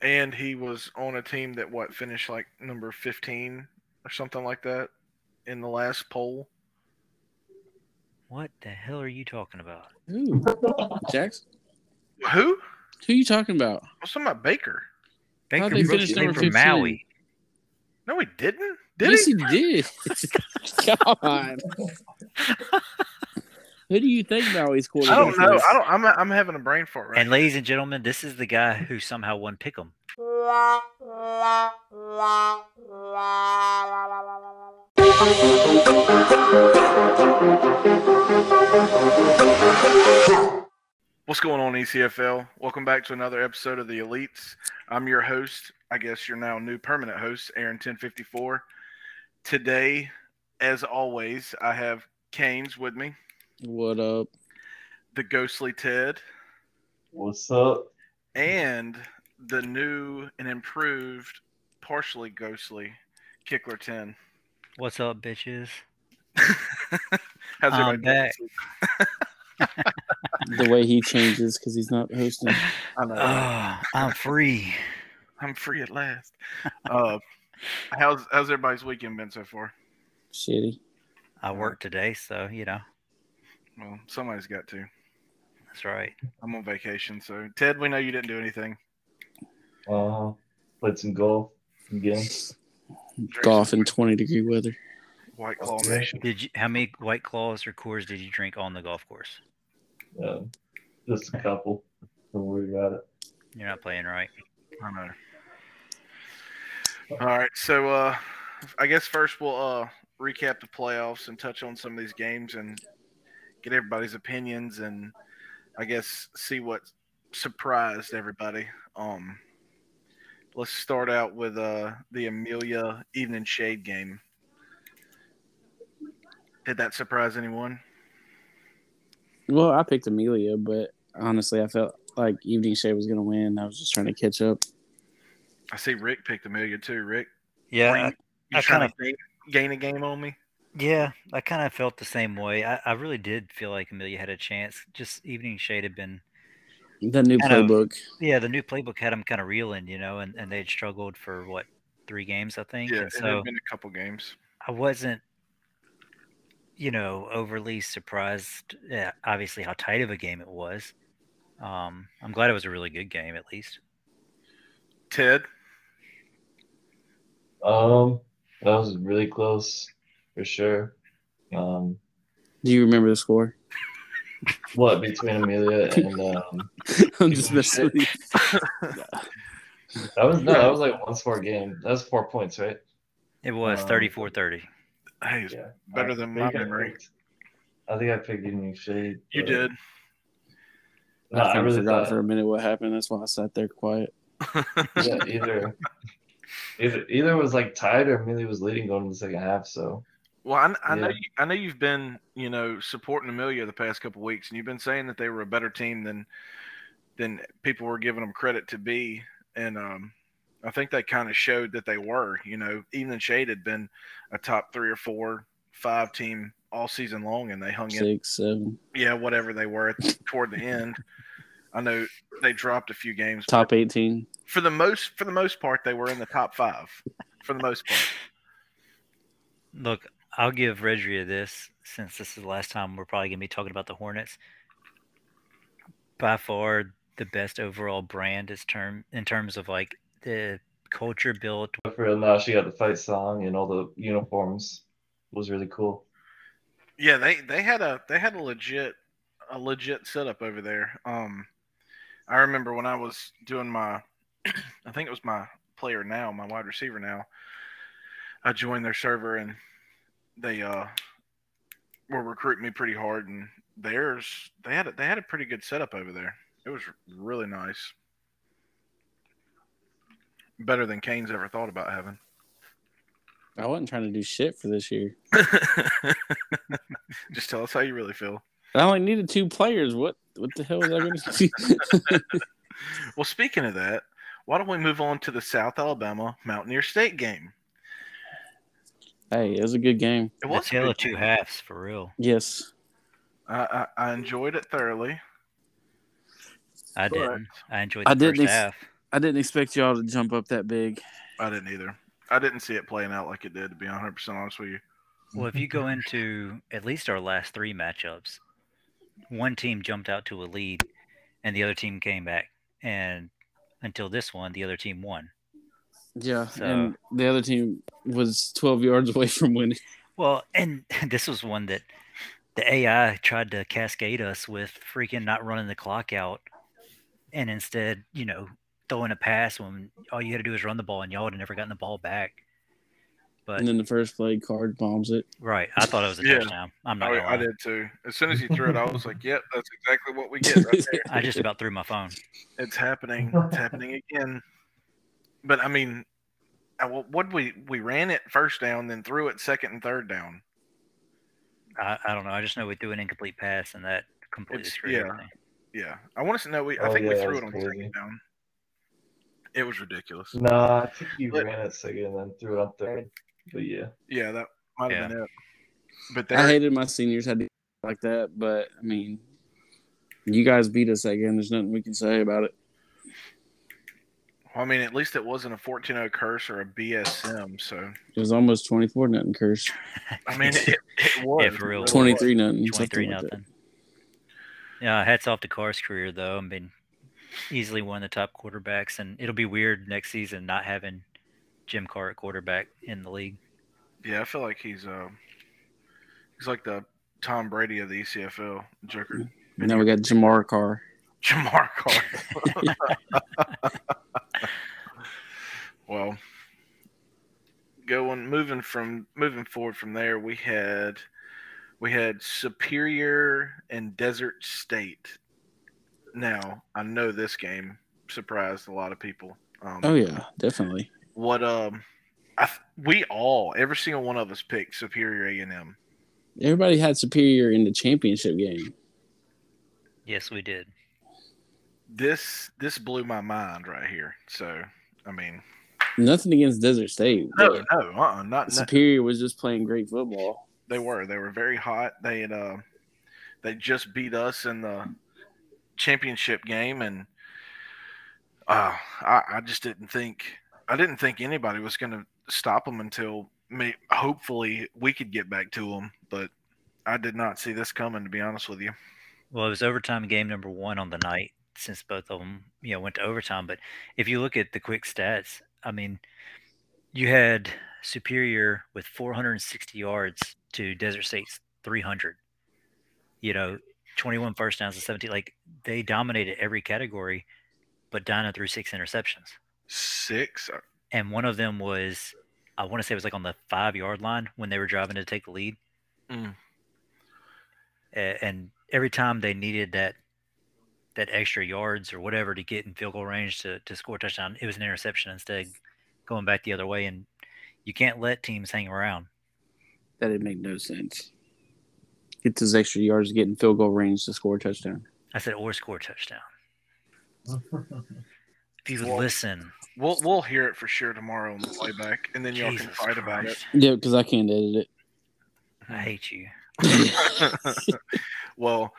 end, he was on a team that what finished like number fifteen or something like that in the last poll. What the hell are you talking about? Who? Jackson? Who? Who you talking about? I was talking about Baker. How'd Baker they Brooks finish played number for 15? Maui. No, he didn't. Did yes, he? he, did. God. Who do you think Maui's quarterback I don't know. is? I don't. I'm I'm having a brain fart right And ladies and gentlemen, this is the guy who somehow won Pick'em. What's going on, E ECFL? Welcome back to another episode of the Elites. I'm your host. I guess you're now new permanent host, Aaron 1054. Today, as always, I have Canes with me, What up? the ghostly Ted, What's up? and the new and improved, partially ghostly Kickler 10. What's up, bitches? How's I'm everybody doing? back. The way he changes because he's not hosting. I know. Oh, I'm free. I'm free at last. Uh, how's how's everybody's weekend been so far? Shitty. I worked today, so you know Well, somebody's got to. that's right. I'm on vacation, so Ted, we know you didn't do anything. Uh, played some golf again. Golf in 20 degree weather. White Claw Nation. Did you? How many White Claws or Coors did you drink on the golf course? Uh, just a couple. Don't worry about it. You're not playing right. I know. All right, so uh, I guess first we'll uh, recap the playoffs and touch on some of these games and get everybody's opinions and I guess see what surprised everybody. Um, let's start out with uh, the Amelia Evening Shade game. Did that surprise anyone? Well, I picked Amelia, but honestly, I felt like Evening Shade was going to win. I was just trying to catch up. I see Rick picked Amelia too. Rick, Yeah, Were I- you, you I trying kinda- to gain, gain a game on me? Yeah, I kind of felt the same way. I, I really did feel like Amelia had a chance. Just Evening Shade had been, The new Kind of. playbook. yeah, the new playbook had them kind of reeling, you know, and, and they'd struggled for what, three games, I think. Yeah, and it so had been a couple games. I wasn't, you know, overly surprised, yeah, obviously, how tight of a game it was. Um, I'm glad it was a really good game, at least. Ted, Um, that was really close for sure. Um, Do you remember the score? what between Amelia and um, I'm just messing with you. that was no, that was like one score game. That was four points, right? It was Um, 34 30. hey, Yeah, better than my think I memory. picked- I think I picked Evening Shade. You but- did. No, I, I, kinda really forgot thought for a minute what happened. That's why I sat there quiet. yeah, either, either either was like tied or Amelia was leading going into the second half. So Well, I, I know Yeah. you, I know you've been you know supporting Amelia the past couple weeks, and you've been saying that they were a better team than than people were giving them credit to be, and um, I think they kind of showed that they were. You know, Evening Shade had been a top three or four, five team all season long, and they hung in Six, seven, yeah, whatever they were at, toward the end. I know they dropped a few games. but top 18. for the most for the most part, they were in the top five. For the most part, Look, I'll give Redria this since this is the last time we're probably going to be talking about the Hornets. By far, the best overall brand is term in terms of like the culture built. But for real now, she got the fight song and all the uniforms. It was really cool. yeah, they they had a they had a legit a legit setup over there. Um, I remember when I was doing my, I think it was my player now, my wide receiver now. I joined their server and they uh were recruiting me pretty hard, and theirs they had a, they had a pretty good setup over there. It was really nice, better than Kane's ever thought about having. I wasn't trying to do shit for this year. Just tell us how you really feel. I only needed two players. What what the hell was I going to do? Well, speaking of that, why don't we move on to the South Alabama Mountaineer State game? hey, it was a good game. It The was a tale good of two game. halves, for real. Yes. I, I, I enjoyed it thoroughly. I But didn't. I enjoyed the I first didn't ex- half. I didn't expect y'all to jump up that big. I didn't either. I didn't see it playing out like it did. To be 100 percent honest with you, Well, if you go into at least our last three matchups, one team jumped out to a lead and the other team came back. And until this one, the other team won. Yeah, So- and the other team was 12 yards away from winning. Well, and this was one that the AI tried to cascade us with freaking not running the clock out and instead, you know, throwing a pass when all you had to do was run the ball and y'all would have never gotten the ball back. But And then the first play, Card bombs it. right, I thought it was a Oh, Yeah. touchdown. I'm not I, gonna I lie. did too. As soon as you threw it, I was like, "Yep, that's exactly what we get right there." I just about threw my phone. It's happening. It's happening again. But I mean, I- what what we we ran it first down, then threw it second and third down. I, I don't know. I just know we threw an incomplete pass and that completely It's- screwed yeah. everything. Yeah, I want to know. We I Oh, think yeah, we that threw was it on crazy. second down. It was ridiculous. Nah, I think you But- ran it second and then threw it on third. But yeah. Yeah, that might have Yeah. been it. But I there, hated my seniors had to like that, but I mean, you guys beat us that game. There's nothing we can say about it. I mean, at least it wasn't a 14-0 curse or a BSM. So It was almost 24 nothing, curse. I mean, it, it was for real. It really 23 nothing. 23 something like that. nothing. Yeah, hats off to Carr's career though. I mean, easily one of the top quarterbacks, and it'll be weird next season not having Jim Carr at quarterback in the league. was. Yeah, I feel like he's uh, he's like the Tom Brady of the E ECFL. Joker, And Now we got Jamar Carr. Jamar Carr. well, going moving from moving forward from there, we had we had Superior and Desert State. Now I know this game surprised a lot of people. Um, Oh, yeah, definitely. What um, I, th- we all every single one of us picked Superior A and M. Everybody had Superior in the championship game. Yes, we did. This this blew my mind right here. So I mean, Nothing against Desert State. no, but no, uh-uh, not, not Superior was just playing great football. They were. They were very hot. They had uh, they just beat us in the championship game, and uh, I, I just didn't think I didn't think anybody was going to stop them until may, hopefully we could get back to them. But I did not see this coming, to be honest with you. Well, it was overtime game number one on the night since both of them, you know, went to overtime. But if you look at the quick stats, I mean, you had Superior with 460 yards to Desert State's 300. You know, 21 first downs and 17. Like they dominated every category, but Dinah threw six interceptions, Six. uh, and one of them was, I want to say, it was like on the five yard line when they were driving to take the lead. Mm. A- and every time they needed that that extra yards or whatever to get in field goal range to, to score a touchdown, it was an interception instead going back the other way. And you can't let teams hang around. That didn't make no sense. Get those extra yards to get in field goal range to score a touchdown. I said, or score a touchdown. If you Well, listen, We'll we'll hear it for sure tomorrow on the playback, and then y'all Jesus can fight about it. Christ, Yeah, because I can't edit I hate you. it. well,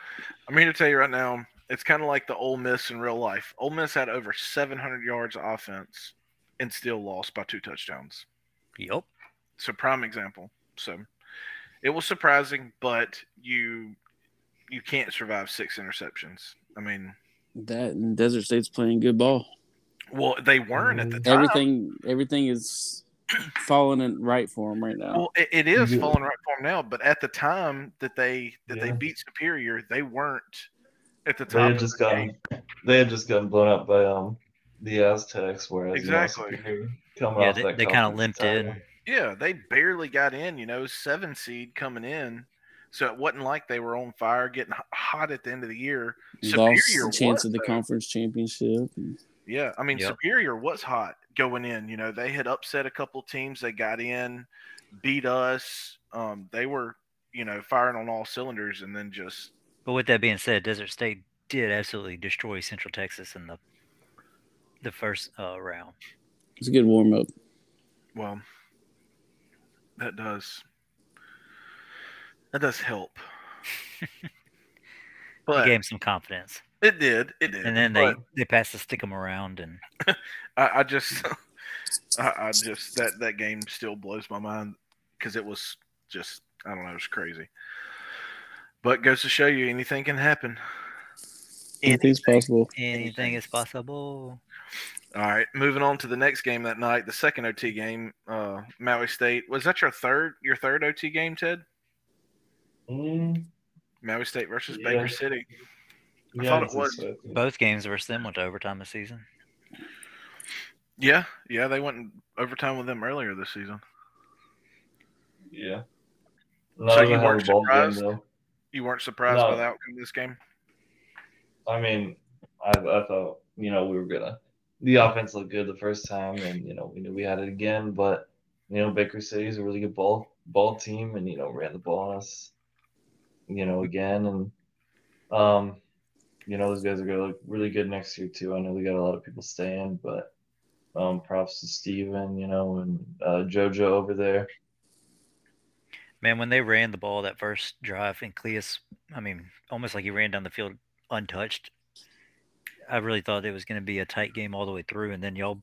I'm here to tell you right now, it's kind of like the Ole Miss in real life. Ole Miss had over 700 yards of offense and still lost by two touchdowns. Yup. So prime example. So it was surprising, but you you can't survive six interceptions. I mean, that and Desert State's playing good ball. well, they weren't at the Mm-hmm. time. Everything, everything is falling in right for him right now. Well, it, it is Yeah. falling right for them now, but at the time that they that they Yeah. beat Superior, they weren't at the They top. had of just the game. gotten they had just gotten blown up by um the Aztecs, whereas you know, Exactly. Superior coming Yeah, off they- that they kinda conference limped title. in. Yeah, they barely got in, you know, seven seed coming in. So it wasn't like they were on fire, getting h- hot at the end of the year. Lost Superior the chance was, of the though. conference championship. Yeah, I mean, Yep. Superior was hot going in. You know, they had upset a couple teams. They got in, beat us. Um, they were, you know, firing on all cylinders, and then just But with that being said, Desert State did absolutely destroy Central Texas in the the first uh, round. It's a good warm up. well, that does that does help. He But gave 'em some confidence. It did. It did. And then they but they pass the stick 'em around and I, I just, I, I just that that game still blows my mind because it was just I don't know, it was crazy. But goes to show you, anything can happen. Anything's possible. anything is possible. All right, moving on to the next game that night, the second OT game, uh, Maui State. Was that your third your third OT game, Ted? Mm, Maui State versus Yeah. Baker City. I yeah, thought it it's a was. sweat. Both games versus them went to overtime this season. Yeah, yeah, they went in overtime with them earlier this season. Yeah. So None of you them weren't had a ball game surprised? though. You weren't surprised No. by the outcome of this game? I mean, I, I thought you know we were gonna. The offense looked good the first time, and you know we knew we had it again. But you know Baker City's a really good ball ball team, and you know ran the ball on us. You know again, and um, you know those guys are gonna look really good next year too. I know we got a lot of people staying, but um, props to Steven, you know, and uh, JoJo over there. Man, when they ran the ball that first drive and Cleus, I mean, almost like he ran down the field untouched. I really thought it was going to be a tight game all the way through, and then y'all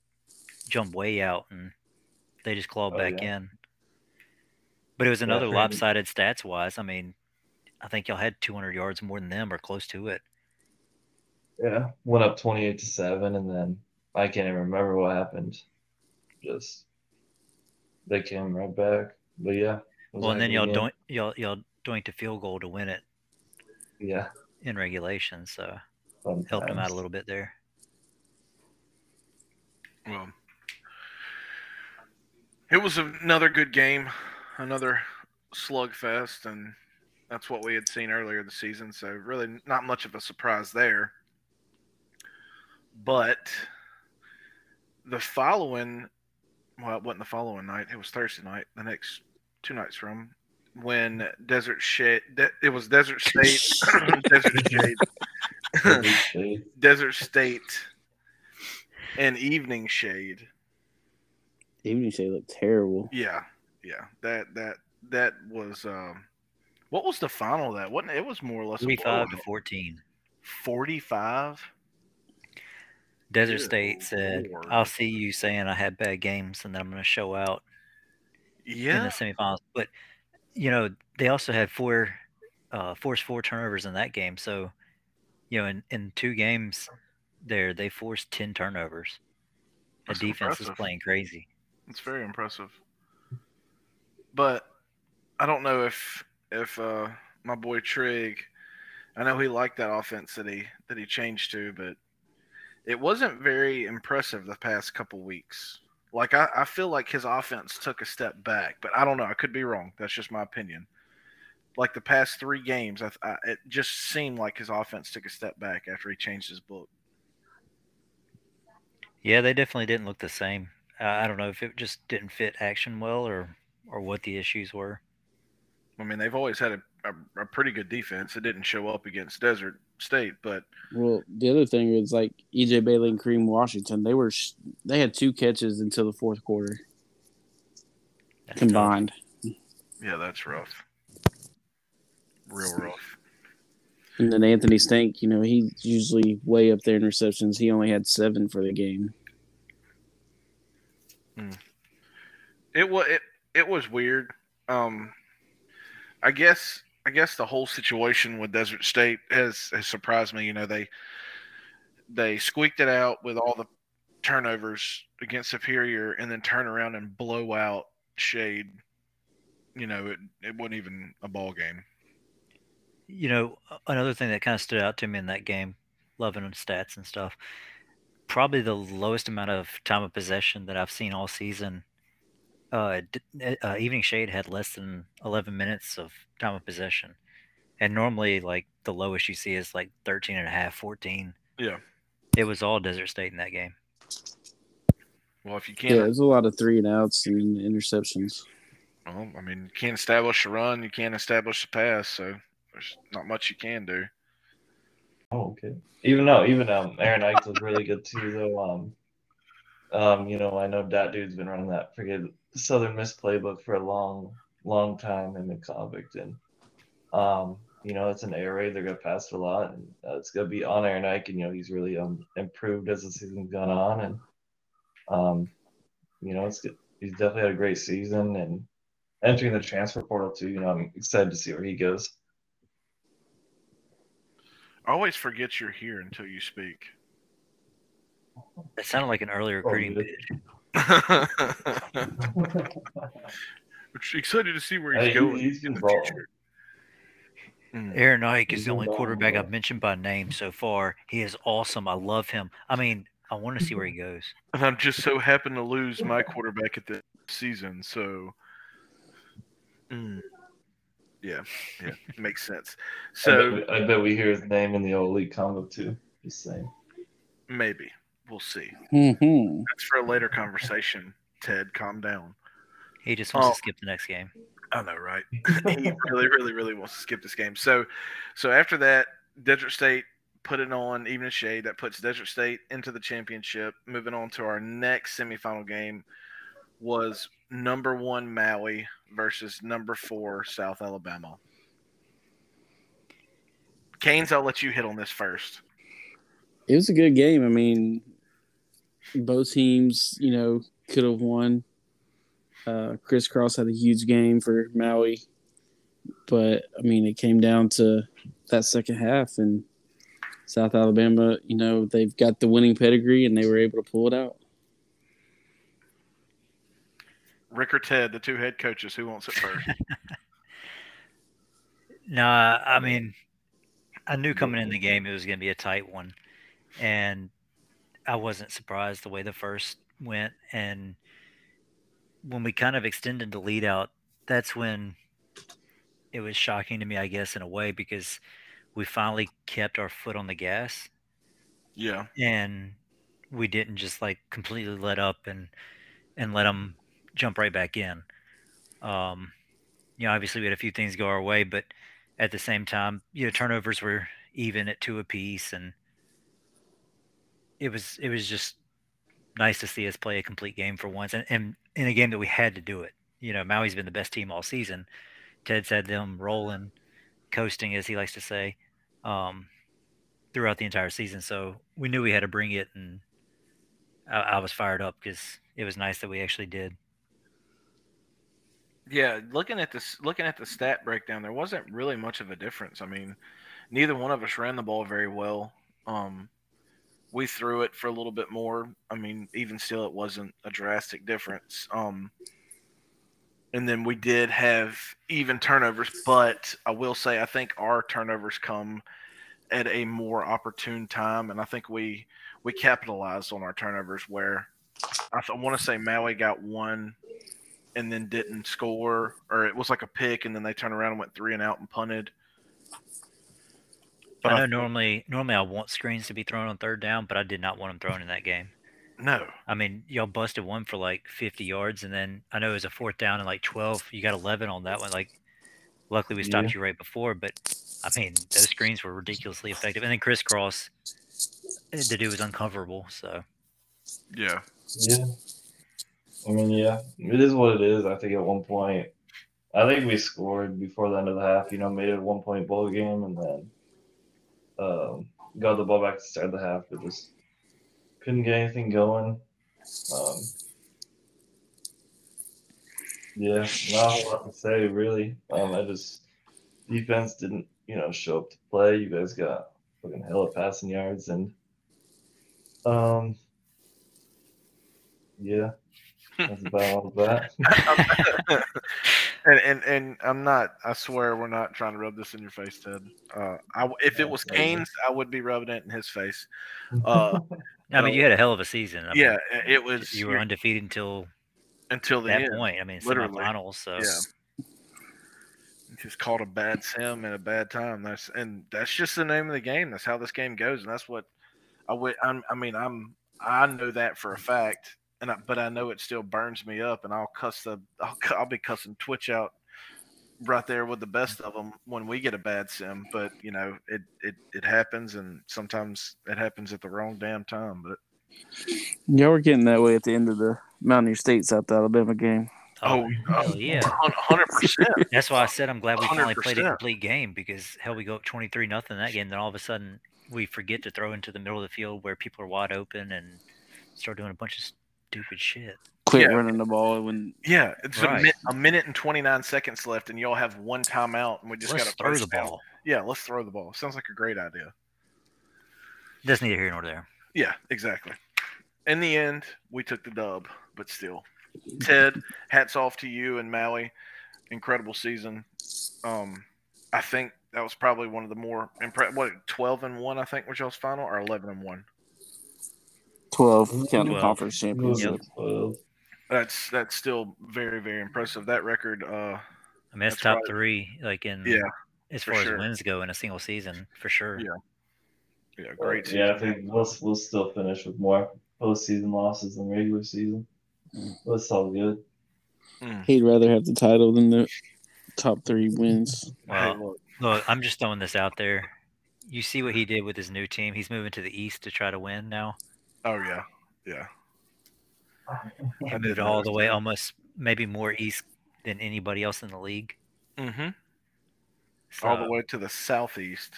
jump way out and they just clawed Oh, back yeah. in. But it was another Brandon- lopsided stats wise. I mean, I think y'all had 200 yards more than them or close to it. Yeah, went up twenty-eight to seven, and then I can't even remember what happened. Just they came right back, but yeah. it was Well, and like then y'all again, doink, y'all y'all doinked a field goal to win it Yeah, in regulation, so fun helped them out times. a little bit there. Well, it was another good game, another slugfest, and that's what we had seen earlier this season. So really, not much of a surprise there. But the following, well, it wasn't the following night. It was Thursday night. The next two nights from when Desert Shade, De- it was Desert State, Desert Shade. Obviously, Desert State and Evening Shade. Even if they look terrible. Yeah, yeah. That that that was um what was the final of that? Wasn't it was more or less a 35 to blowout. 14. 45? Desert Good State said, lord. "I'll see you saying I had bad games, and then I'm going to show out in Yeah. the semifinals." But you know, they also had four uh, forced four turnovers in that game. So, you know, in, in two games there, they forced ten turnovers. The That's defense impressive. was playing crazy. It's very impressive. But I don't know if if uh my boy Trig I know he liked that offense that he that he changed to, but it wasn't very impressive the past couple weeks. Like I, I feel like his offense took a step back, but I don't know. I could be wrong. That's just my opinion. Like the past three games, I, I, it just seemed like his offense took a step back after he changed his book. Yeah, they definitely didn't look the same. Uh, I don't know if it just didn't fit action well, or or what the issues were. I mean, they've always had a, a, a pretty good defense. It didn't show up against Desert State, but Well, the other thing is like EJ Bailey and Kareem Washington. They were sh- they had two catches until the fourth quarter That's tough. combined. Yeah, that's rough. Real rough. And then Anthony Stank, you know, he's usually way up there in receptions. He only had seven for the game. It was it, it was weird. Um, I guess I guess the whole situation with Desert State has has surprised me. You know they they squeaked it out with all the turnovers against Superior, and then turn around and blow out Shade. You know it it wasn't even a ball game. you know, a- another thing that kind of stood out to me in that game, loving on stats and stuff, probably the lowest amount of time of possession that I've seen all season. Uh, d- eh, uh, Evening Shade had less than 11 minutes of time of possession. And normally, like, the lowest you see is like 13 and a half, 14. Yeah. It was all Desert State in that game. Well, if you Yeah, can't, there's a lot of three and outs and interceptions. well, I mean, you can't establish a run, you can't establish a pass, so there's not much you can do. Oh, okay. Even no, even um, Aaron Ike was really good too, though. Um, um, you know, I know that dude's been running that freaking Southern Miss playbook for a long, long time in the convict, and um, you know, it's an air raid. They're going to pass it a lot. And uh, it's going to be on Aaron Ike. And, you know, he's really um, improved as the season's gone on. And, um, you know, it's good. he's definitely had a great season and entering the transfer portal, too. You know, I'm excited to see where he goes. I always forget you're here until you speak. That sounded like an early recruiting yeah. pitch. Excited to see where Hey, he's he- going. he's in the involved. future. Mm. Aaron Ike is He's the been only balling quarterback well. I've mentioned by name so far. He is awesome. I love him. I mean, I want to see where he goes. And I'm just so happened to lose my quarterback at the season, so Mm. yeah, yeah, makes sense. I So bet, we, I bet we hear his name in the old league combo, too. Just saying. maybe we'll see. hmm That's for a later conversation. Ted, calm down. He just wants Oh. to skip the next game. I know, right? he really, really, really wants to skip this game. So, so after that, Desert State put it on even a shade. That puts Desert State into the championship. Moving on to our next semifinal game was number one Maui versus number four South Alabama. Canes, I'll let you hit on this first. It was a good game. I mean, both teams, you know, could have won. Uh, Chris Cross had a huge game for Maui, but I mean, it came down to that second half, and South Alabama, you know, they've got the winning pedigree, and they were able to pull it out. Rick or Ted, the two head coaches, who wants it first? Nah, I mean, I knew coming in the game it was going to be a tight one, and I wasn't surprised the way the first went. And when we kind of extended the lead out, that's when it was shocking to me, I guess, in a way, because we finally kept our foot on the gas yeah, and we didn't just like completely let up and and let them jump right back in. Um, you know, obviously we had a few things go our way, but at the same time, you know, turnovers were even at two apiece, and it was it was just nice to see us play a complete game for once, and, and in a game that we had to do it. You know, Maui's been the best team all season. Ted's had them rolling, coasting, as he likes to say. Um, throughout the entire season. So we knew we had to bring it, and I, I was fired up because it was nice that we actually did. yeah. Looking at this, looking at the stat breakdown, there wasn't really much of a difference. I mean, neither one of us ran the ball very well. Um, we threw it for a little bit more. I mean, even still, it wasn't a drastic difference. Um, and then we did have even turnovers, but I will say I think our turnovers come at a more opportune time, and I think we we capitalized on our turnovers. Where I, th- I want to say Maui got one and then didn't score, or it was like a pick, and then they turned around and went three and out and punted. But I I think- know normally normally I want screens to be thrown on third down, but I did not want them thrown in that game. No, I mean, y'all busted one for like 50 yards, and then I know it was a fourth down and like 12. You got 11 on that one. Like, luckily we stopped Yeah. you right before, but I mean, those screens were ridiculously effective. And then crisscross, eh, the dude was uncoverable. So yeah. Yeah. I mean, yeah, it is what it is. I think at one point, I think we scored before the end of the half. You know, made it a one point ball game, and then um, got the ball back to start the half, but just couldn't get anything going. Um, yeah, not a whole lot to say really. Um, I just defense didn't, you know, show up to play. You guys got fucking hella passing yards, and um, yeah, that's about all of that. And, and and I'm not. I swear, we're not trying to rub this in your face, Ted. Uh, I, if it was Kane's, I would be rubbing it in his face. Uh, I mean, Oh. you had a hell of a season. I mean, yeah, it was you were undefeated until until the that end. point. I mean, literally. semifinals. So Yeah. Just called a bad sim and a bad time. That's and that's just the name of the game. That's how this game goes, and that's what I would. I'm, I mean, I'm I know that for a fact, and I, but I know it still burns me up, and I'll cuss the I'll, cu- I'll be cussing Twitch out right there with the best of them when we get a bad sim. But you know, it it it happens, and sometimes it happens at the wrong damn time. But Y'all were getting that way at the end of the Mountaineer State South Alabama game. Oh, hell yeah. hundred percent. That's why I said I'm glad we finally played a 100%. complete game because hell, we go up 23 nothing that game. Then all of a sudden we forget to throw into the middle of the field where people are wide open and start doing a bunch of stupid shit. Quit Yeah. running the ball when Yeah, it's Right. a, min- a minute and twenty nine seconds left, and y'all have one timeout, and we just got Let's to throw the ball. Yeah, let's throw the ball. Sounds like a great idea. That's neither here nor there. Yeah, exactly. In the end, we took the dub, but still, Ted, hats off to you and Maui. Incredible season. Um, I think that was probably one of the more impre- what twelve and one I think was y'all's final or eleven and one. twelve counting Well, conference championship. Well, That's that's still very very impressive. That record. Uh, I mean, that's, That's top right. three, like in Yeah, as for far sure. as wins go in a single season, for sure. Yeah. yeah, great. Season. Yeah, I think we'll we'll still finish with more postseason losses than regular season. That's all good. He'd rather have the title than the top three wins. Hey, Well, look, look, I'm just throwing this out there. You see what he did with his new team. He's moving to the East to try to win now. oh yeah, yeah. He I moved did all the notice way, that. almost maybe more East than anybody else in the league. Mm-hmm. All the So, way to the southeast.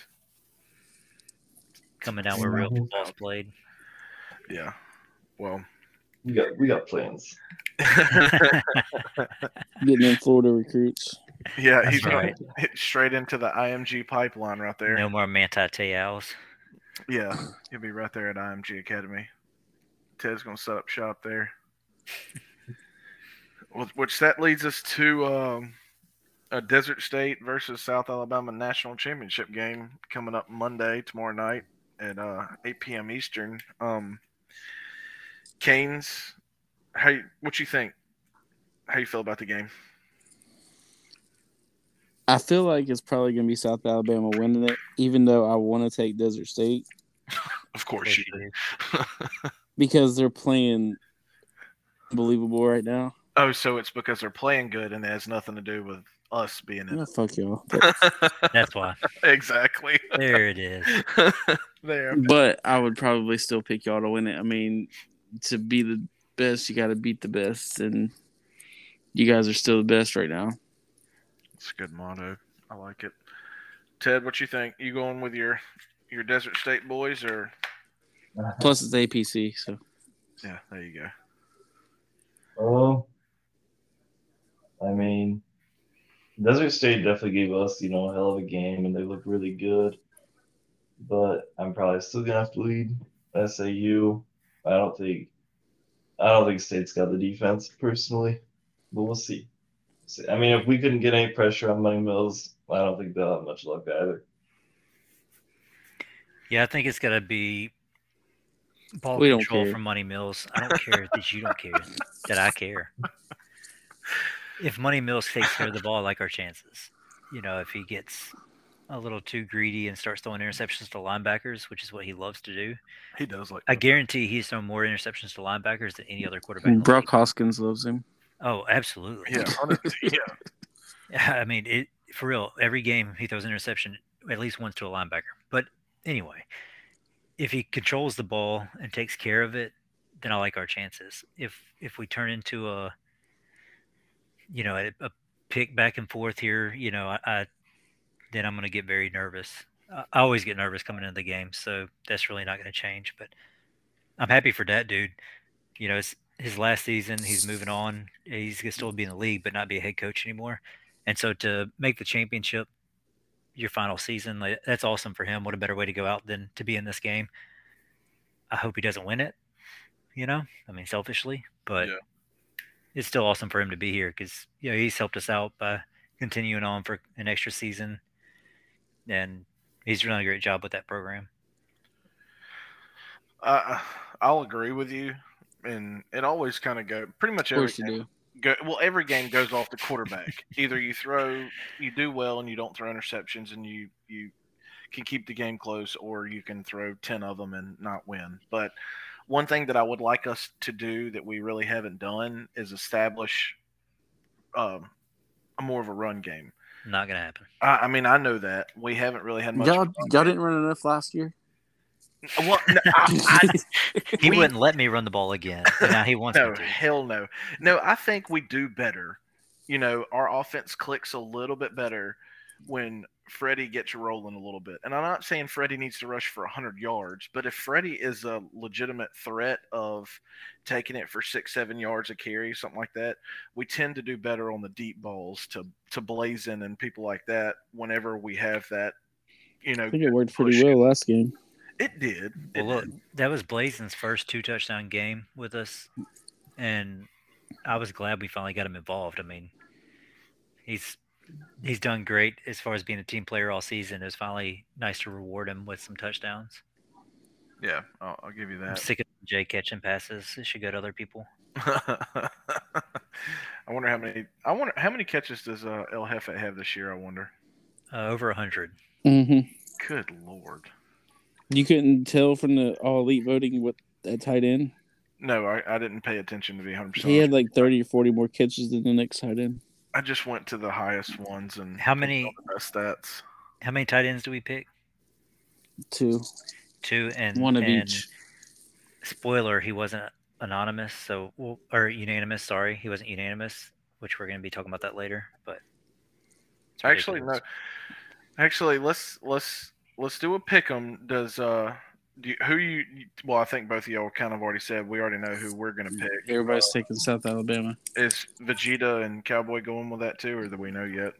coming down where real Mhm. football's played. Yeah. Well, We got we got plans. Getting in Florida recruits. yeah, That's he's gonna right. hit straight into the IMG pipeline right there. No more Manti Te'os. Yeah, he'll be right there at IMG Academy. Ted's gonna set up shop there. Which- Which that leads us to um, a Desert State versus South Alabama national championship game coming up Monday tomorrow night at uh, 8 p.m. Eastern. Um, Canes, how you, what you think? How you feel about the game? I feel like it's probably gonna be South Alabama winning it, even though I want to take Desert State Of course you do. because they're playing unbelievable right now. Oh, so it's because they're playing good and it has nothing to do with us being in Yeah, it. fuck y'all. That's why. exactly. There it is. there. But I would probably still pick y'all to win it. I mean, to be the best, you got to beat the best, and you guys are still the best right now. It's a good motto. I like it. Ted, what you think? You going with your your Desert State boys or Plus, it's APC, so yeah, there you go. Well, I mean, Desert State definitely gave us, you know, a hell of a game, and they look really good. But I'm probably still gonna have to lead SAU. I don't think, I don't think State's got the defense personally, but we'll see. See, I mean, if we couldn't get any pressure on Money Mills, I don't think they'll have much luck either. Yeah, I think it's gotta be ball We don't control care. from Money Mills. I don't care that you don't care that I care. If Money Mills takes care of the ball, I like our chances. You know, if he gets a little too greedy and starts throwing interceptions to linebackers, which is what he loves to do, He does like I guarantee he's thrown more interceptions to linebackers than any other quarterback. in the Brock league. Hoskins loves him. Oh, absolutely. yeah, honestly, yeah. I mean, it for real. Every game he throws an interception, at least once to a linebacker. But anyway, if he controls the ball and takes care of it, then I like our chances. If if we turn into a, you know, a, a pick back and forth here, you know, I, I then I'm going to get very nervous. I, I always get nervous coming into the game, so that's really not going to change. But I'm happy for that dude. You know, it's his last season. He's moving on. He's gonna still be in the league, but not be a head coach anymore. And so to make the championship your final season, like, that's awesome for him. What a better way to go out than to be in this game. I hope he doesn't win it, you know, I mean, selfishly, but Yeah. it's still awesome for him to be here because, you know, he's helped us out by continuing on for an extra season. And he's done a great job with that program. Uh, I'll agree with you. And it always kind of go pretty much Of every course you game do. go, well every game goes off the quarterback either you throw you do well and you don't throw interceptions and you you can keep the game close or you can throw 10 of them and not win but one thing that i would like us to do that we really haven't done is establish um, a more of a run game Not going to happen. I, I mean i know that we haven't really had much of Y'all, a run y'all game. didn't run enough last year. Well, no, I, I, He We- wouldn't let me run the ball again. and now he wants no, me to. hell no. No, I think we do better. You know, our offense clicks a little bit better when Freddie gets rolling a little bit. And I'm not saying Freddie needs to rush for 100 yards, but if Freddie is a legitimate threat of taking it for six, seven yards a carry, something like that, we tend to do better on the deep balls to to Blazin and people like that whenever we have that. You know, I think it worked pretty push. well last game. it did. It Well, look, that was Blazen's first two touchdown game with us, and I was glad we finally got him involved. I mean, he's he's done great as far as being a team player all season. It was finally nice to reward him with some touchdowns. Yeah, I'll, I'll give you I'm that. sick of Jay catching passes. It should go to other people. I wonder how many. I wonder how many catches does uh, El Jefe have this year? I wonder. Uh, over hundred. hmm Good lord. You couldn't tell from the all elite voting what that tight end. No, I, I didn't pay attention to the hundred He had percent. like thirty or forty more catches than the next tight end. I just went to the highest ones and How picked many- all the best stats. How many tight ends do we pick? Two, Two and one of and each. Spoiler: He wasn't anonymous, so well, or unanimous. Sorry, he wasn't unanimous, which we're going to be talking about that later. But it's Actually, no. ridiculous. Actually, let's let's let's do a pick 'em. Does uh, do you, who you? Well, I think both of y'all kind of already said we already know who we're gonna pick. Everybody's taking South Alabama. Is Vegeta and Cowboy going with that too, or do we know yet?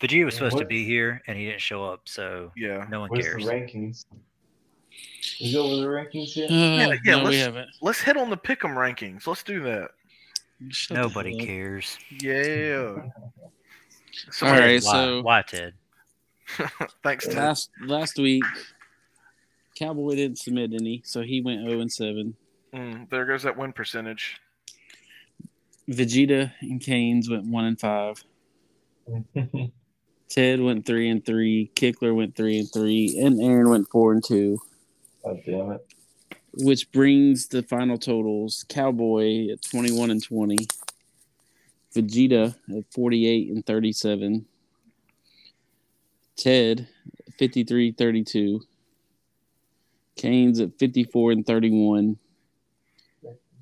Vegeta was supposed to What- be here and he didn't show up, so Yeah. no one Where's cares. the rankings? We go with the rankings Uh, here. yeah, no, we let's- haven't. Let's hit on the pick 'em rankings. Let's do that. Shut the Nobody hell up. cares. Yeah. All Somebody- right, why, so- why Ted? Thanks, Ted. Last last week, Cowboy didn't submit any, so he went zero and seven. Mm, there goes that win percentage. Vegeta and Canes went one and five. Hmm. Ted went three and three. Kickler went three and three, and Aaron went four and two, God damn it. which brings the final totals: Cowboy at twenty-one and twenty, Vegeta at forty-eight and thirty-seven, Ted at 53 32, Canes at fifty-four and thirty-one,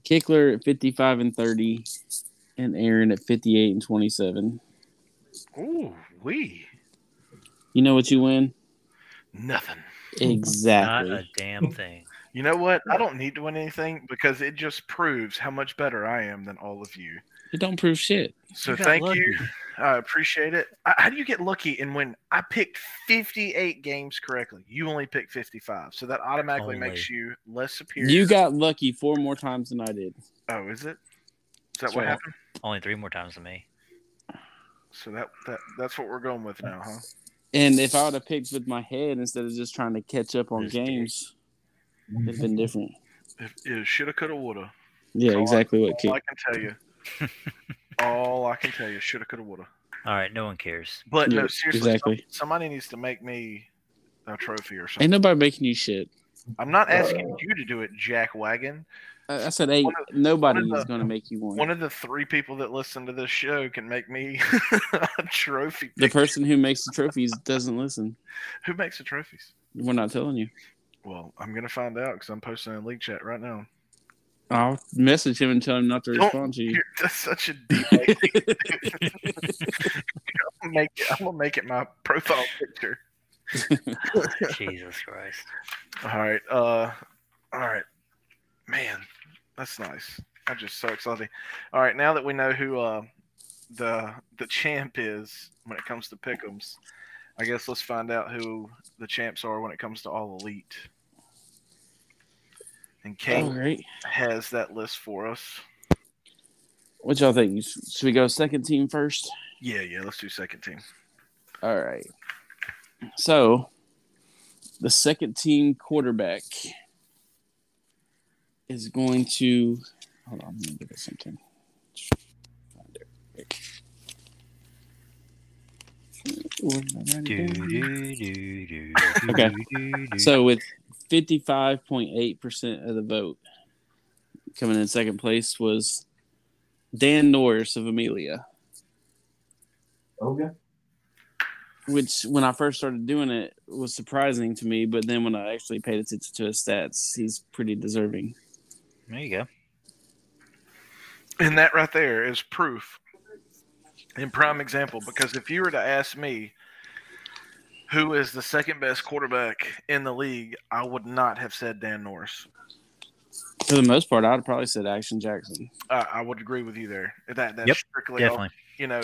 Kickler at fifty-five and thirty, and Aaron at fifty-eight and twenty-seven. Ooh, we You know what you win? nothing. Exactly. Not a damn thing. You know what? I don't need to win anything because it just proves how much better I am than all of you. It don't prove shit. So got thank lucky. you. I appreciate it. I, how do you get lucky? And when I picked 58 games correctly, you only picked 55. So that automatically Only. makes you less superior. You got lucky four more times than I did. Oh, is it? Is that That's what right. happened? Only three more times than me. So that, that that's what we're going with now, huh? And if I would have picked with my head instead of just trying to catch up on It's games, it'd have been different. If, if shoulda, coulda, woulda. Yeah, All I- exactly what All I kicked. can tell you. all I can tell you. Shoulda, coulda, woulda. All right, no one cares. But Yeah, no, seriously, some- exactly. somebody needs to make me a trophy or Ain't Uh, something. nobody making you shit. I'm not asking you to do it, Jack Wagon. I, I said, hey, One of- nobody one of is the- going to make you one. One of the three people that listen to this show can make me a trophy. the pick. person who makes the trophies doesn't listen. Who makes the trophies? We're not telling you. Well, I'm gonna find out because I'm posting in league chat right now. I'll message him and tell him not to Don't- respond to you. You're, that's such a deep. I'm gonna make it, I'm gonna make it my profile picture. Jesus Christ. All right. Uh, all right. Man, that's nice. I'm just so excited. All right, now that we know who uh, the the champ is when it comes to pick'ems, I guess let's find out who the champs are when it comes to all elite. And All Kane right. has that list for us. What y'all think? Should we go second team first? Yeah, yeah. Let's do second team. All right. So, the second team quarterback is going to. Hold on, I'm going to give it something. Find it real quick. Do, do, do, do, do, Okay. do, do. So, with 55.8% of the vote, coming in second place was Oh, Dan Norris of Amelia. Okay. which when I first started doing it was surprising to me, but then when I actually paid attention to his stats, he's pretty deserving. There you go. And that right there is proof and prime example because if you were to ask me who is the second best quarterback in the league, I would not have said Dan Norris. For the most part, I'd probably said Action Jackson. Uh, I would agree with you there. That that's Yep, strictly off, Definitely. you know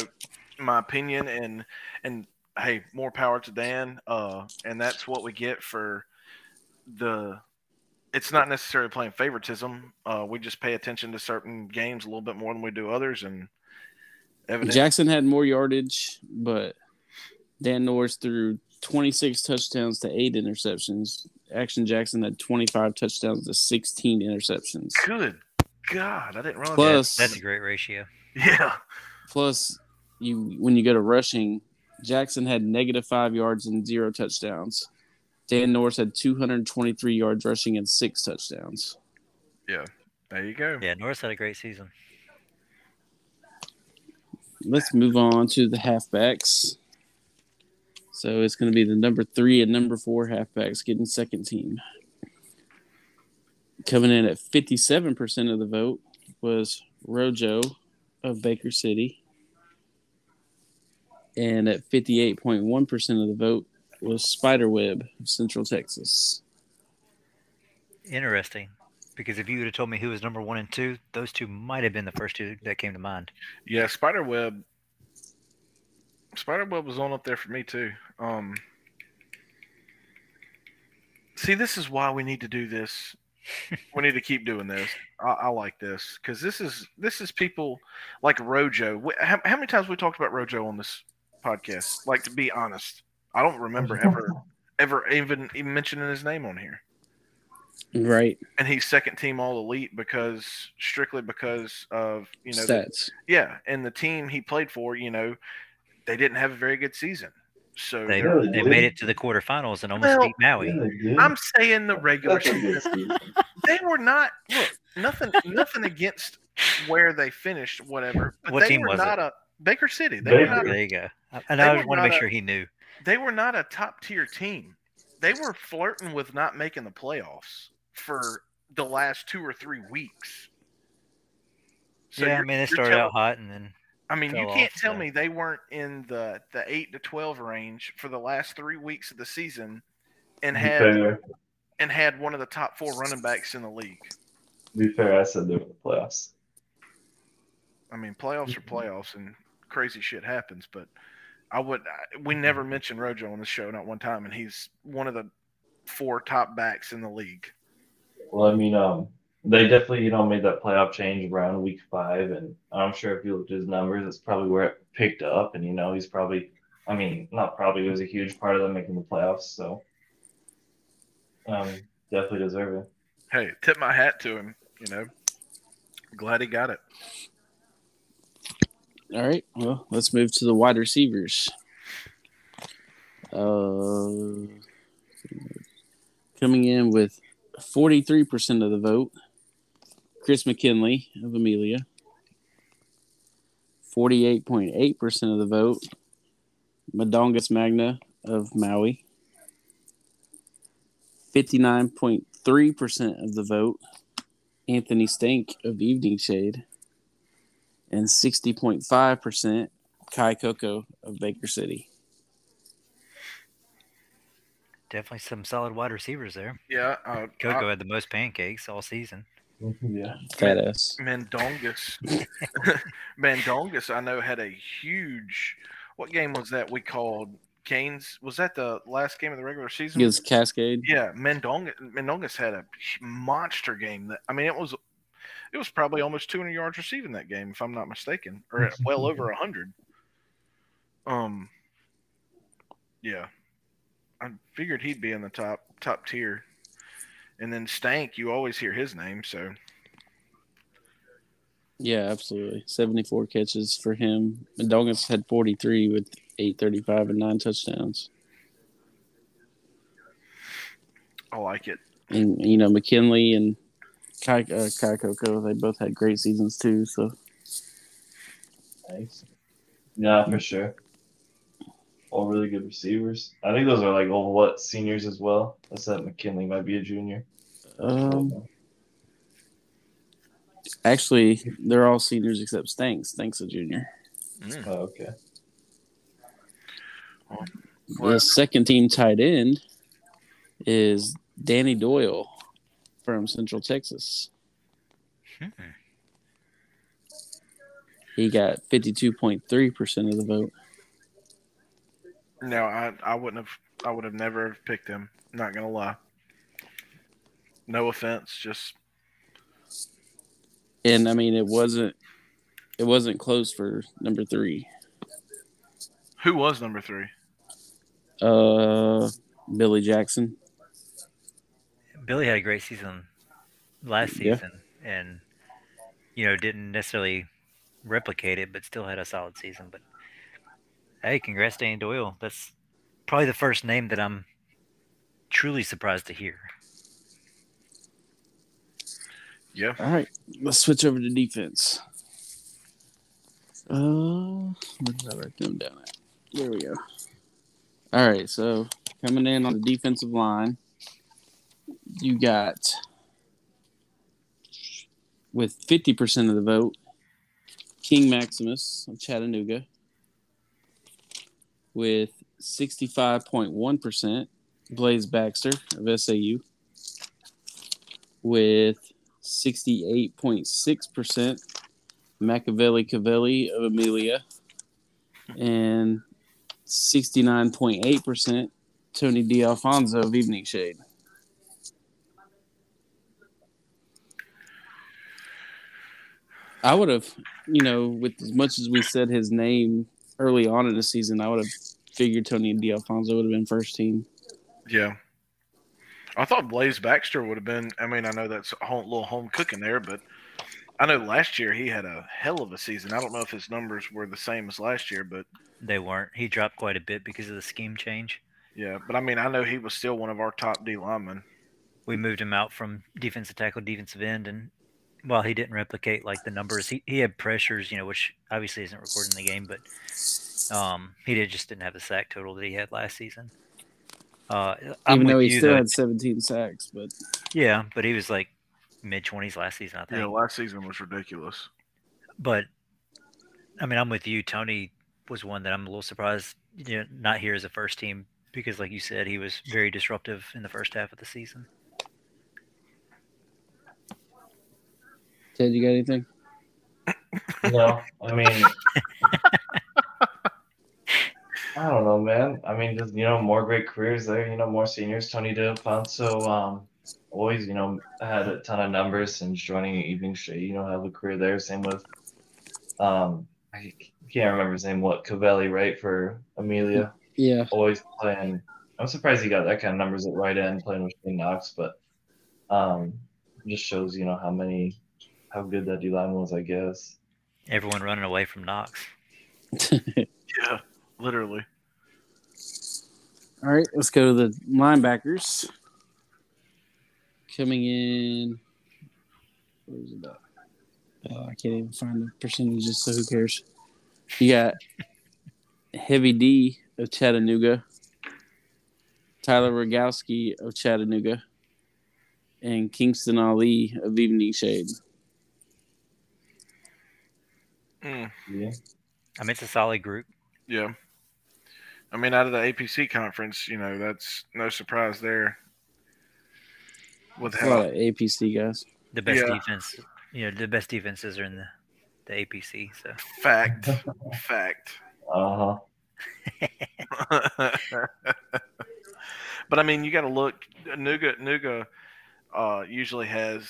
my opinion and and hey, more power to Dan. Uh, and that's what we get for the. It's not necessarily playing favoritism. Uh, we just pay attention to certain games a little bit more than we do others, and evidently, Jackson had more yardage, but Dan Norris threw 26 touchdowns to eight interceptions. Action Jackson had 25 touchdowns to 16 interceptions. good God, I didn't realize. Yeah, Plus- that's a great ratio. Yeah. Plus, you when you go to rushing, Jackson had negative five yards and zero touchdowns. Dan Norris had 223 yards rushing and six touchdowns. There you go. Yeah, Norris had a great season. Let's move on to the halfbacks. So it's going to be the number three and number four halfbacks getting second team. Coming in at 57% of the vote was Rojo of Baker City. And at 58.1% of the vote was Spiderweb of Central Texas. Interesting. Because if you would have told me who was number one and two, those two might have been the first two that came to mind. Yeah, Spiderweb. Spiderweb was on up there for me too. Um See, this is why we need to do this. we need to keep doing this. I, I like this because this is this is people like Rojo. Wh- How, how many times we talked about Rojo on this podcast? Like to be honest, I don't remember ever ever even, even mentioning his name on here Right. and he's second team all elite because strictly because of you know the- Stats. yeah, and the team he played for, you know, they didn't have a very good season. So They, they're- Really they did? made it to the quarterfinals and almost Well, beat Maui. I'm saying the regular That's a season. good season. They were not look, nothing nothing against where they finished, whatever. But What they team were was not it? a Baker City. They were Baker. not There a, you go. And They I were just want to not make a- sure he knew. they were not a top tier team. They were flirting with not making the playoffs for the last two or three weeks. So yeah, I you're- mean, they you're started telling- out hot and then I mean, you fell can't off, tell so. me they weren't in the the eight to twelve range for the last three weeks of the season, and To be had fair, and had one of the top four running backs in the league. to be fair, I said they were in the playoffs. I mean, playoffs are Mm-hmm. playoffs, and crazy shit happens. But I would I, we Mm-hmm. never mentioned Rojo on the show not one time, and he's one of the four top backs in the league. Well, I mean, um, they definitely, you know, made that playoff change around week five, and I'm sure if you looked at his numbers, that's probably where it picked up. And you know, he's probably, I mean, not probably, it was a huge part of them making the playoffs. So, um, definitely deserving. Hey, tip my hat to him. You know, glad he got it. All right. Well, let's move to the wide receivers. Uh, coming in with 43% of the vote, Chris McKinley of Amelia. 48.8% of the vote, Madongas Magna of Maui. 59.3% of the vote, Anthony Stank of Evening Shade and 60.5% Kai Coco of Baker City. definitely some solid wide receivers there. Yeah, uh, Coco had the most pancakes all season. yeah. Fat ass. Mandongas. Mandongas, I know, had a huge. What game was that we called? Canes? Was that the last game of the regular season? Gives Cascade. Yeah, Mendongas, Mendongas had a monster game. That I mean, it was, it was probably almost 200 yards receiving that game, if I'm not mistaken, or well over 100. Um, yeah, I figured he'd be in the top top tier, and then Stank, you always hear his name, so Yeah, absolutely. 74 catches for him. Mendongas had 43 with 835 and nine touchdowns. I like it. And, you know, McKinley and Kai, uh, Kai Coco, they both had great seasons too. So Nice. Yeah, for sure. all really good receivers. I think those are like all what seniors as well. That's that McKinley might be a junior. Um, actually, they're all seniors except Stanks. Stanks a junior. Mm. Oh, okay. Well- The second team tight end is Danny Doyle from Central Texas. Hmm. He got 52.3% of the vote. No, I I wouldn't have. I would have never picked him. Not gonna lie. No offense, just and I mean it wasn't it wasn't close for number three. who was number three? Uh, Billy Jackson. Billy had a great season last Yeah. season, and you know didn't necessarily replicate it, but still had a solid season. But hey, congrats, Danny Doyle. That's probably the first name that I'm truly surprised to hear. Yeah, All right, let's switch over to defense. Uh, where did I write them down at? There we go. All right, so coming in on the defensive line, you got with fifty percent of the vote, King Maximus of Chattanooga. With sixty-five point one percent, Blaze Baxter of SAU. With 68.6%, Machiavelli Cavelli of Amelia, and 69.8%, Tony D'Alfonso of Evening Shade. I would have, you know, with as much as we said his name early on in the season, I would have figured Tony D'Alfonso would have been first team. yeah. I thought Blaze Baxter would have been. I mean, I know that's a home, little home cooking there, but I know last year he had a hell of a season. I don't know if his numbers were the same as last year, but They weren't. He dropped quite a bit because of the scheme change. yeah. But I mean, I know he was still one of our top D linemen. we moved him out from defensive tackle, defensive end, and while he didn't replicate like the numbers, he, he had pressures, you know, which obviously isn't recorded in the game, but um, he did just didn't have the sack total that he had last season. Uh, I'm Even with though he you, still though. had 17 sacks, but yeah, but he was like mid twenties last season, I think. Yeah, last season was ridiculous. But I mean, I'm with you. Tony was one that I'm a little surprised, you know, not here as a first team because, like you said, he was very disruptive in the first half of the season. Ted, you got anything? No, I mean, I don't know, man. I mean, just you know, more great careers there. You know, more seniors. Tony DeFonso, um, always you know had a ton of numbers since joining Evening Shade. You know, have a career there. Same with, um, I can't remember his name. What Cavelli, right? For Amelia Yeah. always playing. I'm surprised he got that kind of numbers at right end playing with Shane Knox, but um, just shows you know how many, how good that D line was, I guess. Everyone running away from Knox. Yeah, literally. All right, let's go to the linebackers. Coming in, where's it at? Oh, I can't even find the percentages, so who cares? You got Heavy D of Chattanooga, Tyler Rogowski of Chattanooga, and Kingston Ali of Evening Shade. Mm. Yeah. I mean, it's a solid group. Yeah. I mean, out of the APC conference, you know, that's no surprise there. With A how, lot of APC guys. the best Yeah. defense. You know, the best defenses are in the, the APC. So fact, fact. Uh huh. but I mean, you got to look. Nuga Nuga uh, usually has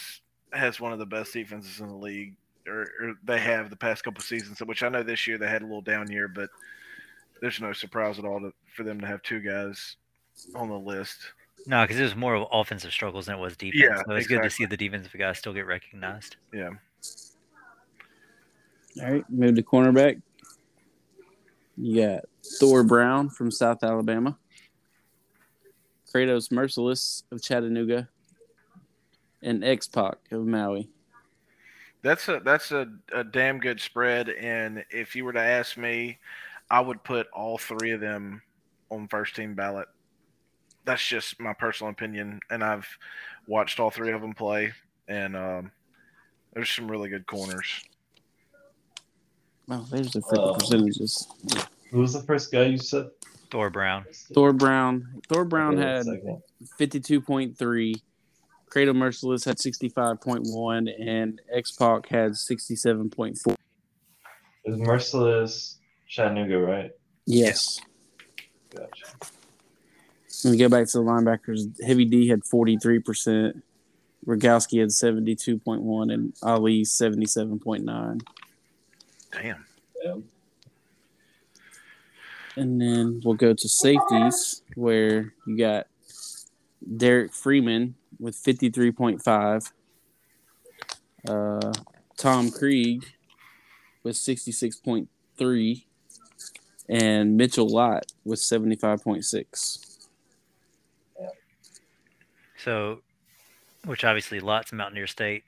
has one of the best defenses in the league, or, or they have the past couple seasons. Which I know this year they had a little down year, but there's no surprise at all to, for them to have two guys on the list. no, because it was more of offensive struggles than it was defense. Yeah, so it's good to see the defensive guys still get recognized. All right, move to cornerback. You got Thor Brown from South Alabama, Kratos Merciless of Chattanooga, and X Pac of Maui. That's a that's a, a damn good spread. And if you were to ask me, I would put all three of them on first team ballot. That's just my personal opinion, and I've watched all three of them play, and um, there's some really good corners. Oh, there's the freaking Uh, percentages. Who was the first guy you said? Thor Brown. Thor Brown. Thor Brown Okay, had second. 52.3. Cradle Merciless had 65.1. And X Pac had 67.4. It was Merciless Chattanooga, right? Yes. Gotcha. When we go back to the linebackers, Heavy D had 43%. Rogowski had 72.1. And Ali 77.9. Damn. Yeah. And then we'll go to safeties, where you got Derek Freeman with 53.5, uh, Tom Krieg with 66.3, and Mitchell Lott with 75.6. So, which obviously Lott's Mountaineer State,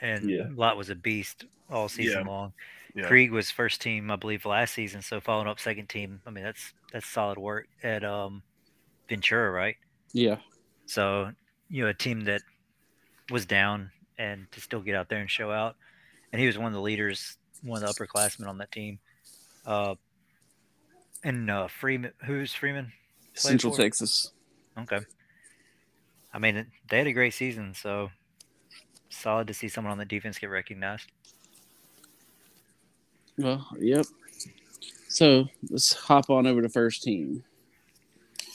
and Yeah. Lot was a beast all Yeah. season long. Yeah. Krieg was first team, I believe, last season. So following up second team, I mean that's that's solid work at um, Ventura, right? Yeah. So you know a team that was down and to still get out there and show out, and he was one of the leaders, one of the upperclassmen on that team. Uh, and uh, Freeman, who's Freeman? Play Central for it. Texas. Okay. I mean, it- they had a great season, so solid to see someone on the defense get recognized. Well, yep. So let's hop on over to first team.